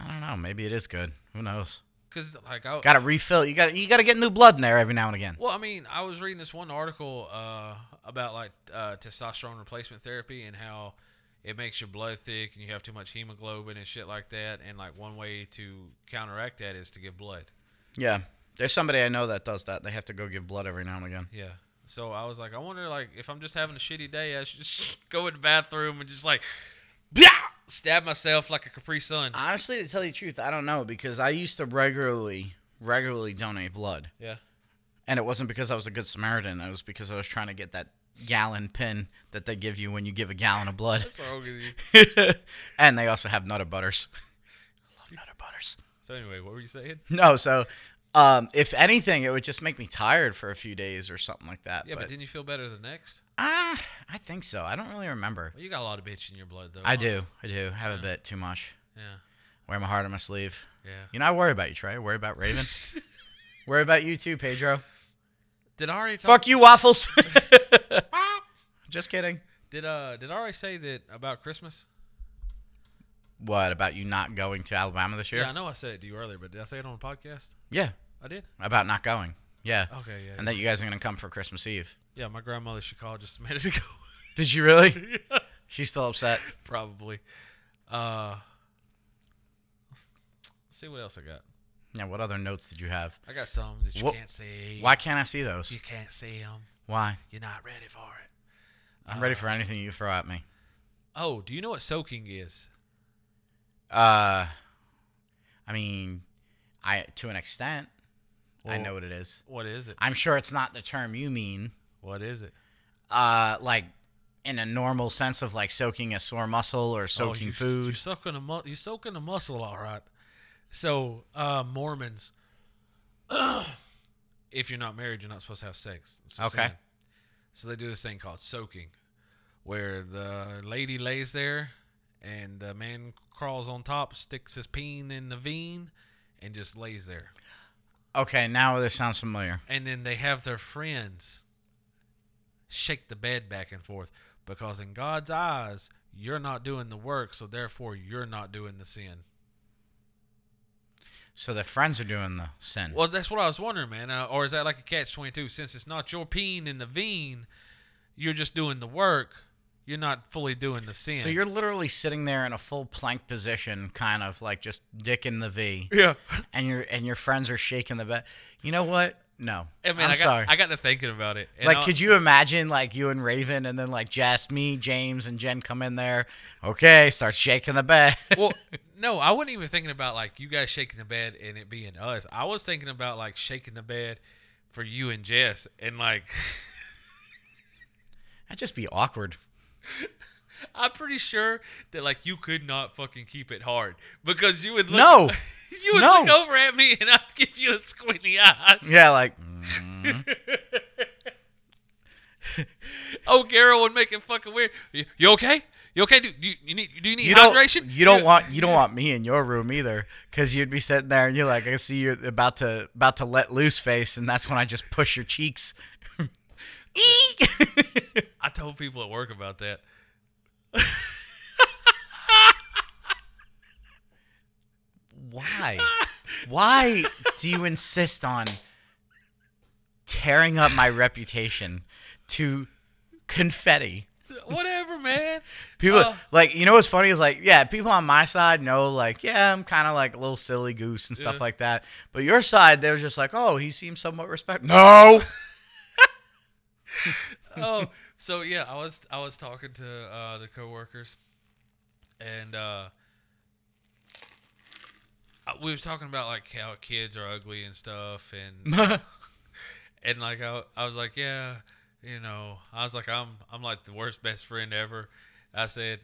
I don't know. Maybe it is good. Who knows?
because like I,
Got to refill. You got to you got to get new blood in there every now and again.
Well, I mean, I was reading this one article uh, about like uh, testosterone replacement therapy and how it makes your blood thick and you have too much hemoglobin and shit like that. And like one way to counteract that is to give blood.
Yeah, there's somebody I know that does that. They have to go give blood every now and again.
Yeah. So I was like, I wonder, like, if I'm just having a shitty day, I should just go in the bathroom and just like, "Blah!" stab myself like a Capri Sun.
Honestly, to tell you the truth, I don't know because I used to regularly regularly donate blood,
Yeah.
and it wasn't because I was a good Samaritan. It was because I was trying to get that gallon pin that they give you when you give a gallon of blood.
That's wrong with you.
and they also have Nutter Butters. I love Nutter Butters.
So anyway, what were you saying?
No, so um, if anything, it would just make me tired for a few days or something like that.
Yeah, but,
but
didn't you feel better the next?
ah, I think so. I don't really remember.
Well, you got a lot of bitch in your blood though.
I
huh?
do. I do have a bit too much.
Yeah.
Wear my heart on my sleeve.
Yeah.
You know, I worry about you, Trey. I worry about Raven. worry about you too, Pedro.
Did I already talk?
Fuck you, waffles. Just kidding.
Did uh? Did I already say that about Christmas?
What about you not going to Alabama this year?
Yeah, I know I said it to you earlier, but did I say it on the podcast?
Yeah.
I did.
About not going. Yeah.
Okay. Yeah.
And that you guys are gonna come for Christmas Eve.
yeah, my grandmother she called just a minute ago.
Did you really? She's still upset.
Probably. Uh. Let's see what else I got.
Yeah. What other notes did you have?
I got some that you
What-
can't see.
Why can't I see those?
You can't see them.
Why?
You're not ready for it.
I'm
Uh,
ready for anything you throw at me.
Oh, do you know what soaking is?
Uh, I mean, I to an extent, I know what it is.
What is it?
I'm sure it's not the term you mean.
What is it?
Uh, like in a normal sense of like soaking a sore muscle or
Oh,
soaking
you- You're
food.
soaking a mu- you're soaking a muscle, all right. So uh, Mormons, if you're not married, you're not supposed to have sex. It's a
Okay.
sin. So they do this thing called soaking, where the lady lays there, and the man crawls on top, sticks his peen in the vein, and just lays there.
okay, now this sounds familiar.
and then they have their friends shake the bed back and forth because in God's eyes you're not doing the work, so therefore you're not doing the sin.
So the friends are doing the sin.
Well, that's what I was wondering, man. Uh, or is that like a catch twenty two? Since it's not your peen in the vein, you're just doing the work. You're not fully doing the sin.
So you're literally sitting there in a full plank position, kind of like just dick in the V,
yeah.
and your and your friends are shaking the bed. You know what? No,
I mean,
I'm
I got,
sorry.
I got to thinking about it. And
like,
I-
could you imagine like you and Raven, and then like Jess, me, James, and Jen come in there? Okay, start shaking the bed.
well, no, I wasn't even thinking about like you guys shaking the bed and it being us. I was thinking about like shaking the bed for you and Jess, and like
That'd just be awkward.
I'm pretty sure that like you could not fucking keep it hard because you would look,
No.
you would
No.
look over at me and I'd give you a squinty eye.
Yeah, like mm.
Oh, Garrett would make it fucking weird. You, you okay? You okay? Do you, you need do you need
you don't
hydration?
you don't want you don't want me in your room either, because you'd be sitting there and you're like, I see you're about to about to let loose face, and that's when I just push your cheeks. Eek!
I told people at work about that.
Why? Why do you insist on tearing up my reputation to confetti?
Whatever, man.
People
Uh,
like you know what's funny is like yeah, people on my side know like yeah, I'm kind of like a little silly goose and stuff
Yeah.
like that. But your side, they're just like oh, he seems somewhat respectful. No,
oh, so yeah, I was I was talking to uh, the coworkers, and uh, I- we was talking about like how kids are ugly and stuff, and uh, and like I, I was like, yeah, you know, I was like, I'm I'm like the worst best friend ever. I said,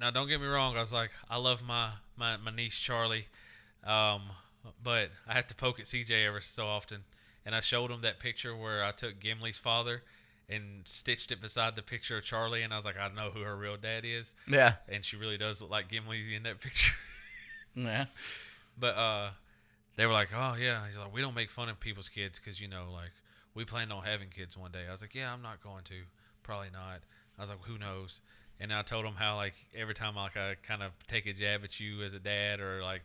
now don't get me wrong, I was like, I love my my, my niece Charlie, um, but I have to poke at CJ ever so often. And I showed him that picture where I took Gimli's father and stitched it beside the picture of Charlie, and I was like, I know who her real dad is,
yeah,
and she really does look like Gimli in that picture.
yeah,
But uh, they were like, "Oh yeah," he's like, "We don't make fun of people's kids because you know, like, we plan on having kids one day." I was like, "Yeah, I'm not going to, probably not." I was like, "Who knows?" And I told him how like every time like I kind of take a jab at you as a dad or like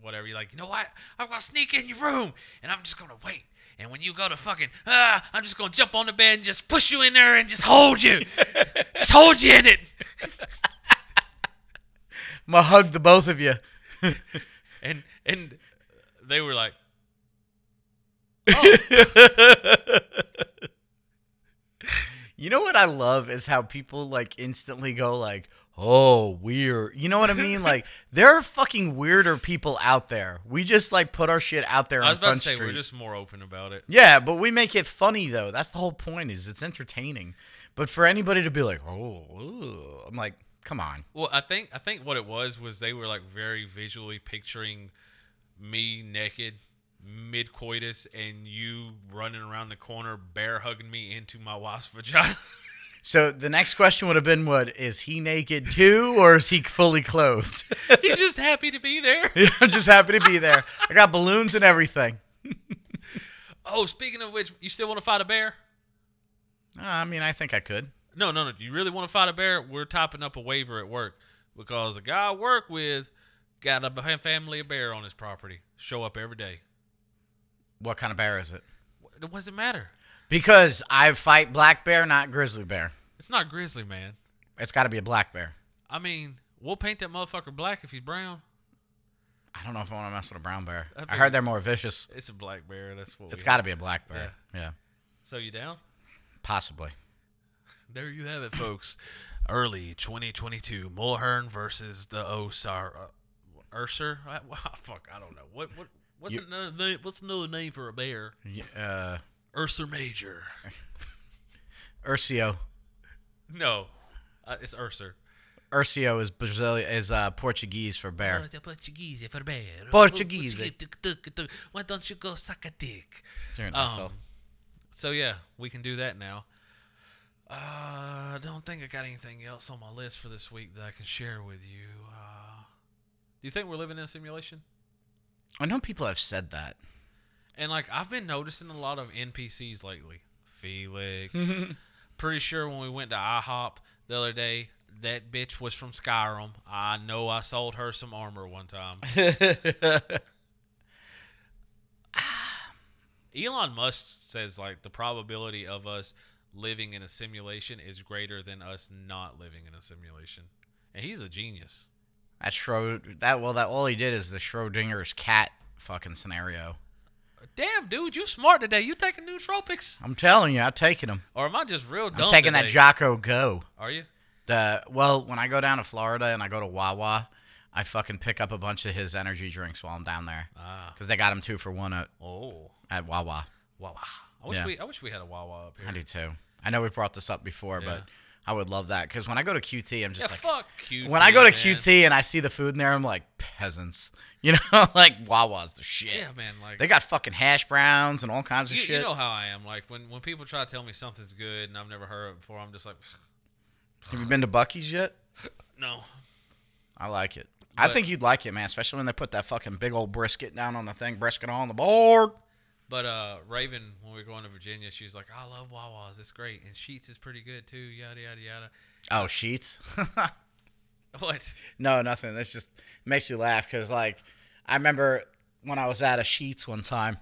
whatever, you're like, "You know what? I'm gonna sneak in your room and I'm just gonna wait." And when you go to fucking, ah, I'm just gonna jump on the bed and just push you in there and just hold you, just hold you in it.
I'm gonna hug the both of you.
And and they were like,
You know what I love is how people like instantly go like, "Oh, weird." You know what I mean? like there are fucking weirder people out there. We just like put our shit out there
I
on
was about to
front
say
street.
we're just more open about it.
yeah, but we make it funny though. That's the whole point is it's entertaining. But for anybody to be like, "Oh, ooh," I'm like, "Come on."
Well, I think I think what it was was they were like very visually picturing me naked mid coitus and you running around the corner bear hugging me into my wife's vagina.
So the next question would have been what is he naked too or is he fully clothed?
He's just happy to be there.
I'm just happy to be there. I got balloons and everything.
Oh, speaking of which, you still want to fight a bear?
Uh, I mean, I think I could.
No, no, no. Do you really want to fight a bear? We're topping up a waiver at work because the guy I work with got a fa- family of bear on his property. Show up every day.
What kind of bear is it?
What- What does it matter?
Because I fight black bear, not grizzly bear.
It's not grizzly, man.
It's got to be a black bear.
I mean, we'll paint that motherfucker black if he's brown.
I don't know if I want to mess with a brown bear.
That'd
I
be- Oh,
heard they're more vicious.
It's a black bear. That's what.
It's
we
got to be a black bear. Yeah.
So you down?
possibly.
There you have it, folks. Early 2022, Mulhern versus the Osar uh, Urser. I, well, fuck, I don't know. What what what's
You-
another name, what's another name for a bear?
Y- Uh,
Urser Major.
Urcio.
No, uh, it's Urser.
Urcio is Brazilian is uh, Portuguese for
Oh,
bear.
it's a Portuguese for bear.
Portuguese.
Tuk, tuk, tuk. Why don't you go suck a dick?
During
Um,
myself.
So yeah, we can do that now. Uh, I don't think I got anything else on my list for this week that I can share with you. Uh, do you think we're living in a simulation?
I know people have said that.
And like I've been noticing a lot of NPCs lately. Felix. Pretty sure when we went to IHOP the other day, that bitch was from Skyrim. I know I sold her some armor one time. Elon Musk says like the probability of us living in a simulation is greater than us not living in a simulation. And he's a genius.
That Schrod that well that all he did is the Schrodinger's cat fucking scenario.
Damn, dude, you smart today. You taking nootropics?
I'm telling you, I'm taking him.
Or am I just real dumb?
I'm taking that
today?
Jocko Go.
Are you?
The well, when I go down to Florida and I go to Wawa, I fucking pick up a bunch of his energy drinks while I'm down there
Ah.
because they got him two for one at,
Oh.
at Wawa.
Wawa. I wish
Yeah.
we I wish we had a Wawa up here.
I do too. I know we brought this up before, but
Yeah.
I would love that because when I go to QT, I'm
Yeah,
just like,
fuck QT.
when I go to
man.
QT and I see the food in there, I'm like peasants, you know, like Wawa's the shit.
Yeah, man, like
They got fucking hash browns and all kinds of
you,
shit.
you know how I am. Like when, when people try to tell me something's good and I've never heard it before, I'm just like,
Have you been to Bucky's yet?
no.
I like it. I
But-
think you'd like it, man, especially when they put that fucking big old brisket down on the thing, brisket on the board.
But uh, Raven, when we were going to Virginia, she was like, "I love Wawa's. It's great, and Sheets is pretty good too." Yada yada yada.
Oh, sheets?
What?
no, nothing. This just makes me laugh because, like, I remember when I was at a Sheets one time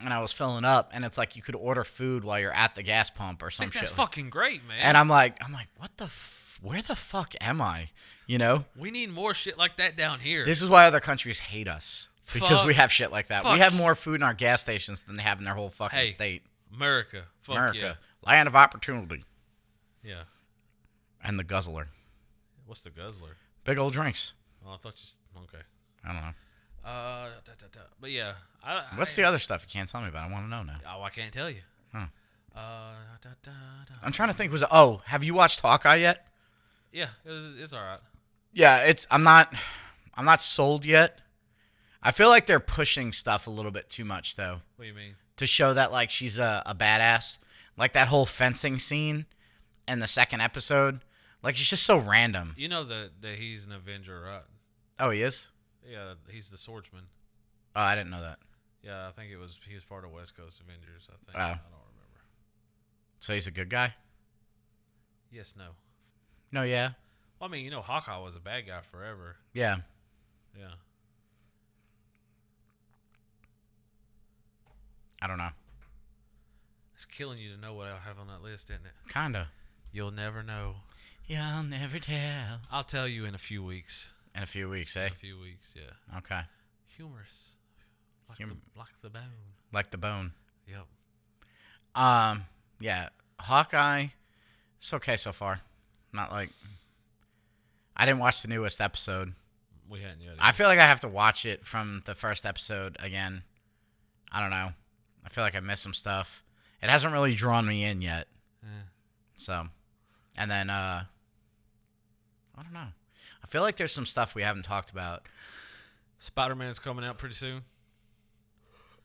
and I was filling up, and it's like you could order food while you're at the gas pump or
I
some
think
shit.
that's
like-
fucking great, man.
and I'm like, I'm like, what the, f- where the fuck am I? You know,
we need more shit like that down here.
this is why other countries hate us because
Fuck.
we have shit like that.
Fuck.
We have more food in our gas stations than they have in their whole fucking
Hey,
state.
America. Fuck
America, land of opportunity,
Yeah. yeah.
and the guzzler,
What's the guzzler?
big old drinks.
Oh, I thought you. s- Okay.
I don't know.
Uh, da, da, da. but yeah. I,
What's
I,
the other stuff you can't tell me about? I want to know now.
Oh, I can't tell you.
Huh.
Uh, da, da, da.
I'm trying to think. Was oh, have you watched Hawkeye yet?
yeah, it was, it's all right.
Yeah, it's. I'm not. I'm not sold yet. I feel like they're pushing stuff a little bit too much though
What do you mean?
to show that like she's a, a badass. Like that whole fencing scene in the second episode. Like it's just so random.
You know that that he's an Avenger, right?
Oh, he is.
Yeah, he's the swordsman.
Oh, I didn't know that.
Yeah, I think it was he was part of West Coast Avengers. I think.
Oh.
I don't remember.
So he's a good guy.
Yes, no.
No, yeah,
Well, I mean, you know, Hawkeye was a bad guy forever.
yeah.
Yeah.
I don't know.
It's killing you to know what I have on that list, isn't it?
Kinda.
You'll never know.
Yeah, I'll never tell.
I'll tell you in a few weeks.
In a few weeks, eh?
In a few weeks, yeah.
Okay.
Humorous. Like,
Hum-
the, like the bone.
Like the bone.
Yep.
Um, yeah, Hawkeye. It's okay so far. Not like I didn't watch the newest episode.
We hadn't yet.
I feel like I have to watch it from the first episode again. I don't know. I feel like I missed some stuff. It hasn't really drawn me in yet.
Eh.
So, and then uh, I don't know. I feel like there's some stuff we haven't talked about.
Spider Man's coming out pretty soon.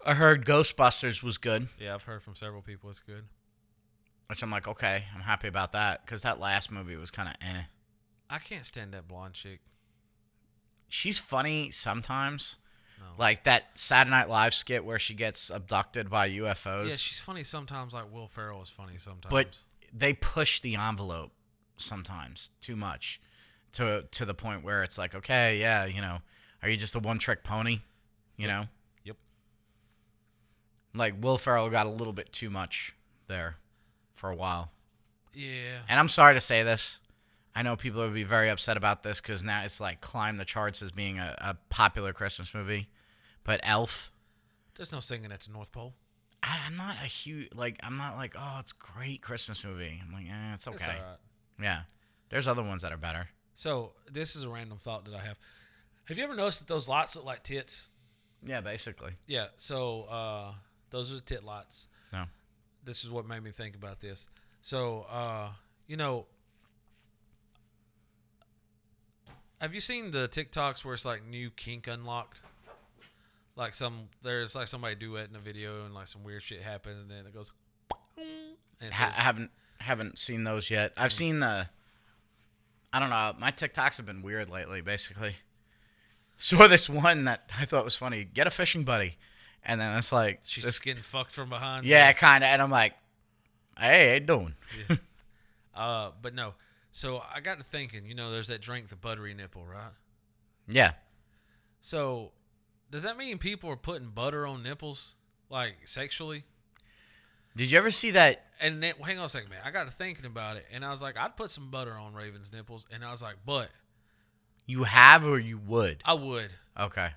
I heard Ghostbusters was good,
Yeah, I've heard from several people it's good.
which I'm like, okay, I'm happy about that because that last movie was kind of eh.
I can't stand that blonde chick.
She's funny sometimes.
No.
like that Saturday Night Live skit where she gets abducted by UFOs.
yeah, she's funny sometimes. Like Will Ferrell is funny sometimes.
but they push the envelope sometimes too much, to to the point where it's like, okay, yeah, you know, are you just a one trick pony? You know,
Yep.
like Will Ferrell got a little bit too much there for a while.
yeah,
And I'm sorry to say this. I know people will be very upset about this because now it's like climb the charts as being a, a popular Christmas movie. But Elf,
there's no singing at the North Pole.
I- I'm not a huge like. I'm not like, oh, it's a great Christmas movie. I'm like, eh, it's okay.
It's all right.
Yeah, there's other ones that are better.
So this is a random thought that I have. Have you ever noticed that those lights look like tits?
Yeah, basically.
Yeah. So uh, those are the tit lights.
No.
This is what made me think about this. So uh, you know, have you seen the TikToks where it's like new kink unlocked? Like some there's like somebody duetting a video and like some weird shit happens and then it goes. And it
Ha- I
says,
haven't haven't seen those yet. I've seen the. I don't know. My TikToks have been weird lately. Basically, saw this one that I thought was funny. Get a fishing buddy, and then it's like,
She's
this,
just getting fucked from behind.
yeah, kind of. And I'm like, hey, how you doing?
Uh, but no. So I got to thinking, you know, there's that drink, the buttery nipple, right?
Yeah,
So does that mean people are putting butter on nipples, like sexually?
did you ever see that?
And then, hang on a second, man. I got to thinking about it, and I was like, I'd put some butter on Raven's nipples, and I was like, but
You have or you would?
I would,
Okay.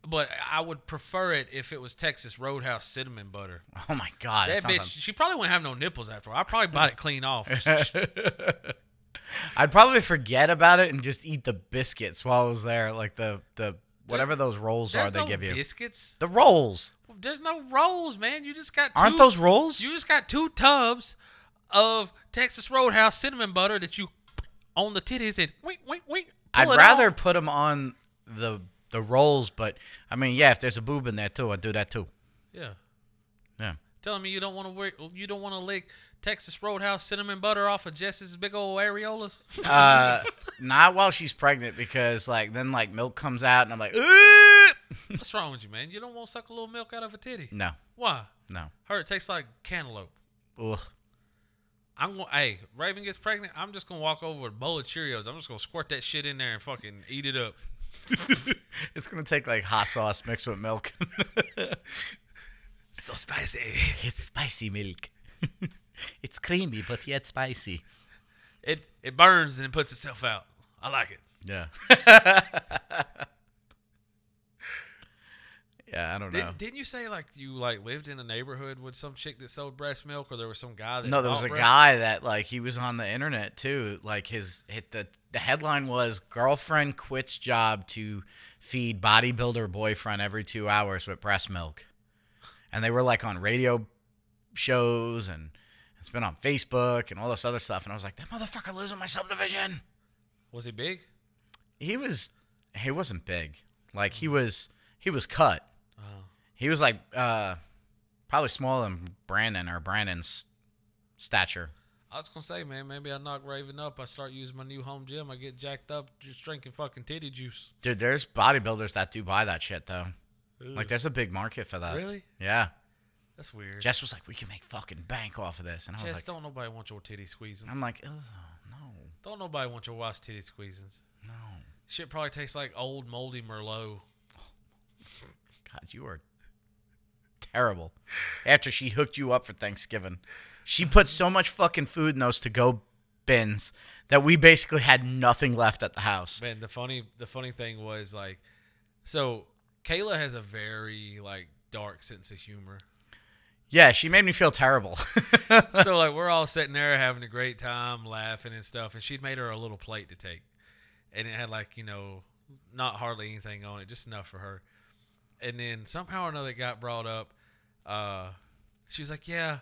but I would prefer it if it was Texas Roadhouse cinnamon butter.
Oh my god, that,
that bitch, she probably wouldn't have no nipples after. I probably bite it clean off.
I'd probably forget about it and just eat the biscuits while I was there, like the the whatever those rolls are
There's
they
no
give you.
biscuits.
the rolls
There's no rolls, man. You just got
aren't
two-
those rolls?
You just got two tubs of Texas Roadhouse cinnamon butter that you on the titties and wink, wink, wink.
I'd
pull it
rather
off.
put them on the the rolls, but I mean, yeah, if there's a boob in there too, I'd do that too.
Yeah,
Yeah,
telling me you don't want to work, you don't want to lick Texas Roadhouse cinnamon butter off of Jess's big old areolas.
uh, not while she's pregnant because like then like milk comes out and I'm like, "Ooh!"
What's wrong with you, man? You don't want to suck a little milk out of a titty.
no,
Why?
no,
Her, it tastes like cantaloupe.
ugh,
I'm going. Hey, Raven gets pregnant. I'm just gonna walk over with a bowl of Cheerios. I'm just gonna squirt that shit in there and fucking eat it up.
It's gonna take like hot sauce mixed with milk.
So spicy.
it's spicy milk. it's creamy, but yet spicy.
It it burns and it puts itself out. I like it.
Yeah. yeah, I don't know.
Did, Didn't you say like you like lived in a neighborhood with some chick that sold breast milk, or there was some guy that
No, there was
bought
a
breast-
guy that like he was on the internet too. Like his hit the the headline was girlfriend quits job to feed bodybuilder boyfriend every 2 hours with breast milk. And they were like on radio shows and it's been on Facebook and all this other stuff and I was like that motherfucker lives in my subdivision.
Was he big?
He was he wasn't big. Like he was he was cut.
Oh,
He was like uh probably smaller than Brandon or Brandon's stature.
I was gonna say, man, maybe I knock Raven up. I start using my new home gym. I get jacked up, just drinking fucking titty juice.
Dude, there's bodybuilders that do buy that shit though. Like uh,
Ugh.
there's a big market for that.
really?
Yeah.
That's weird.
Jess was like, we can make fucking bank off of this, and I was
Jess,
like,
don't nobody want your titty squeezing.
I'm like, Ugh, no,
Don't nobody want your wife's titty squeezings.
no,
Shit probably tastes like old moldy Merlot.
God, you are terrible. After she hooked you up for Thanksgiving, she put so much fucking food in those to-go bins that we basically had nothing left at the house.
Man, the funny the funny thing was like, so Kayla has a very like dark sense of humor.
Yeah, she made me feel terrible.
so like we're all sitting there having a great time, laughing and stuff, and she'd made her a little plate to take, and it had like you know not hardly anything on it, just enough for her. And then somehow or another it got brought up. Uh, she was like, "Yeah,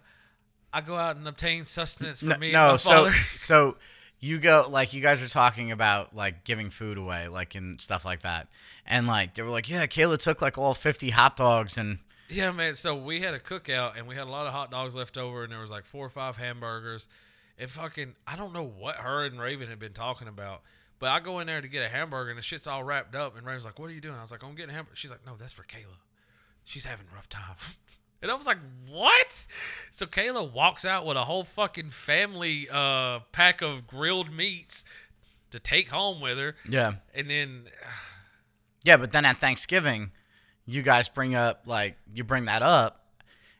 I go out and obtain sustenance for
no,
me and
no,
my
so
father."
so you go like you guys are talking about like giving food away like and stuff like that and like they were like yeah kayla took like all 50 hot dogs and
Yeah, man. So we had a cookout and we had a lot of hot dogs left over, and there was like four or five hamburgers. And fucking, I don't know what her and Raven had been talking about, but I go in there to get a hamburger and the shit's all wrapped up. And Raven's like, "What are you doing?" I was like, "I'm getting a hamburger." She's like, "No, that's for Kayla. She's having a rough time." And I was like, "What?" So Kayla walks out with a whole fucking family uh, pack of grilled meats to take home with her,
yeah
and then
yeah but then at thanksgiving you guys bring up like you bring that up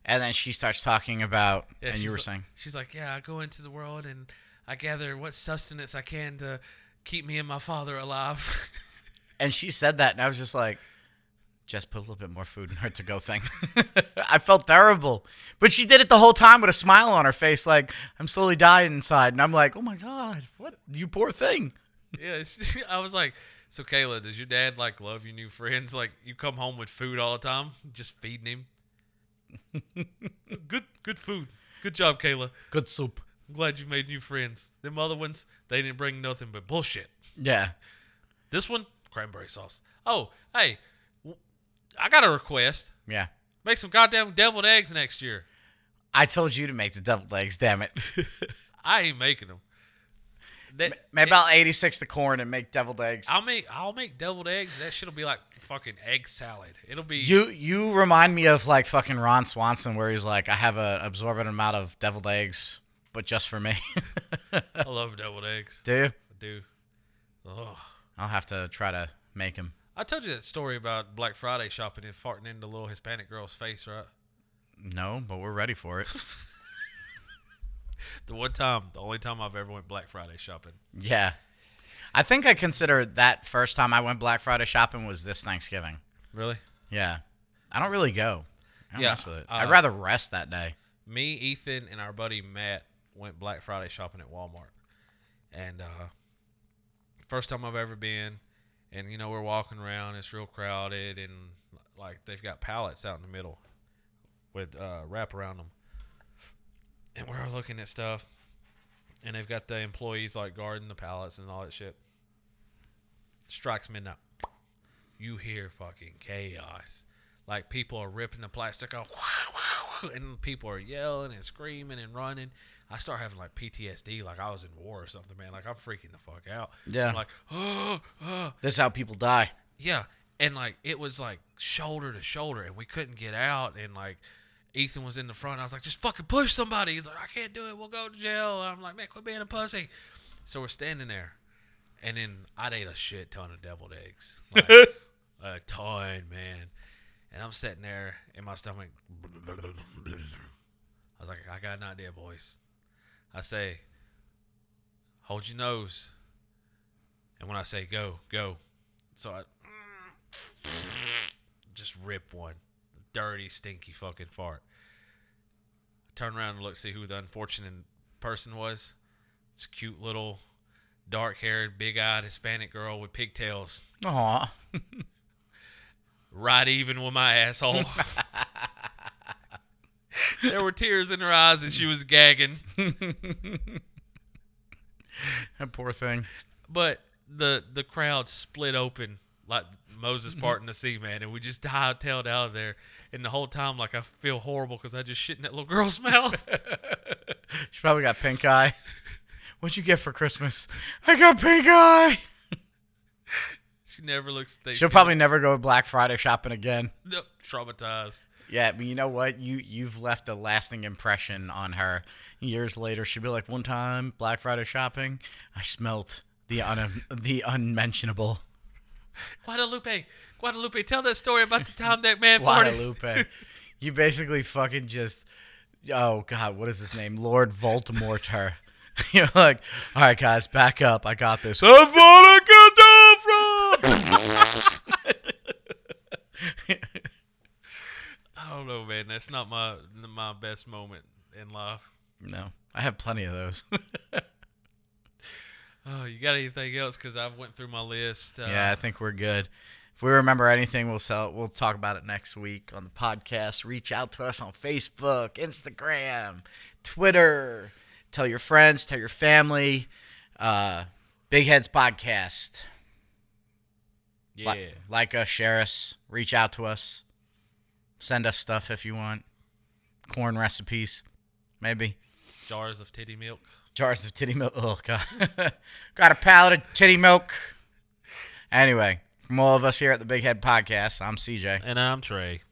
and then she starts talking about
Yeah,
and you
she's
were
like-
saying
she's like, yeah, I go into the world and I gather what sustenance I can to keep me and my father alive.
and she said that and i was just like just put a little bit more food in her to go thing i felt terrible but she did it the whole time with a smile on her face like i'm slowly dying inside and i'm like oh my god what you poor thing
yeah, she, I was like, so Kayla, does your dad like love your new friends? Like you come home with food all the time, just feeding him. good, good food. Good job, Kayla.
good soup
I'm glad you made new friends. Them other ones, they didn't bring nothing but bullshit.
yeah
This one, cranberry sauce. Oh, hey, w- I got a request.
yeah
Make some goddamn deviled eggs next year.
i told you to make the deviled eggs damn it
I ain't making them. That,
maybe i'll 86 the corn and make deviled eggs
I'll make I'll make deviled eggs. That shit'll be like fucking egg salad. It'll be
You you remind me of like fucking Ron Swanson where he's like, I have an absorbent amount of deviled eggs, but just for me.
I love deviled eggs.
Do you?
I do. Oh,
I'll have to try to make him.
I told you that story about Black Friday shopping and farting in the little Hispanic girl's face, right?
No, but we're ready for it.
The one time, the only time I've ever went Black Friday shopping.
yeah. I think I consider that first time I went Black Friday shopping was this Thanksgiving.
Really?
Yeah. I don't really go. I don't
Yeah,
mess with it.
uh,
I'd rather rest that day.
me, Ethan, and our buddy Matt went Black Friday shopping at Walmart. And uh first time I've ever been and you know we're walking around, it's real crowded and like they've got pallets out in the middle with uh wrap around them. And we're looking at stuff and they've got the employees like guarding the pallets and all that shit. Strikes midnight. You hear fucking chaos. Like people are ripping the plastic off and people are yelling and screaming and running. I start having like PTSD, like I was in war or something, man. Like I'm freaking the fuck out.
Yeah.
I'm like, oh, oh,
This is how people die.
yeah. And like it was like shoulder to shoulder, and we couldn't get out. And like Ethan was in the front. I was like, just fucking push somebody. He's like, I can't do it. We'll go to jail. And I'm like, man, quit being a pussy. So we're standing there, and then I'd ate a shit ton of deviled eggs, like, a ton, man. And I'm sitting there, and my stomach. I was like, I got an idea, boys. I say, hold your nose. And when I say go, go. So I just rip one. Dirty, stinky fucking fart. Turn around and look, see who the unfortunate person was. This cute little dark haired, big eyed Hispanic girl with pigtails.
Aw.
Right even with my asshole. there were tears in her eyes and she was gagging.
That poor thing.
But the the crowd split open like Moses parting the sea, man, and we just hightailed out of there. And the whole time, like I feel horrible because I just shit in that little girl's mouth.
She probably got pink eye. What'd you get for Christmas? I got pink eye.
she never looks. Thanksgiving.
She'll probably never go Black Friday shopping again.
no, traumatized.
Yeah, but you know what? You you've left a lasting impression on her. Years later, she'll be like, "One time, Black Friday shopping, I smelt the un- the unmentionable
Guadalupe, Guadalupe, tell that story about the time that man farted.
Guadalupe." you basically fucking just, oh god, what is his name? Lord Voldemort. Her. You're like, all right, guys, back up. I got this. I thought I could
I don't know, man. That's not my my best moment in life.
do from. No, I have plenty of those.
Oh, you got anything else? Because I went through my list. Uh,
Yeah, I think we're good. If we remember anything, we'll sell. We'll talk about it next week on the podcast. Reach out to us on Facebook, Instagram, Twitter. Tell your friends. Tell your family. Uh, Big Heads Podcast.
yeah.
Li- like us, share us. Reach out to us. Send us stuff if you want. Corn recipes, maybe
Jars of titty milk.
jars of titty milk. Oh god, got a pallet of titty milk. Anyway, from all of us here at the Big Head Podcast, I'm CJ.
And I'm Trey.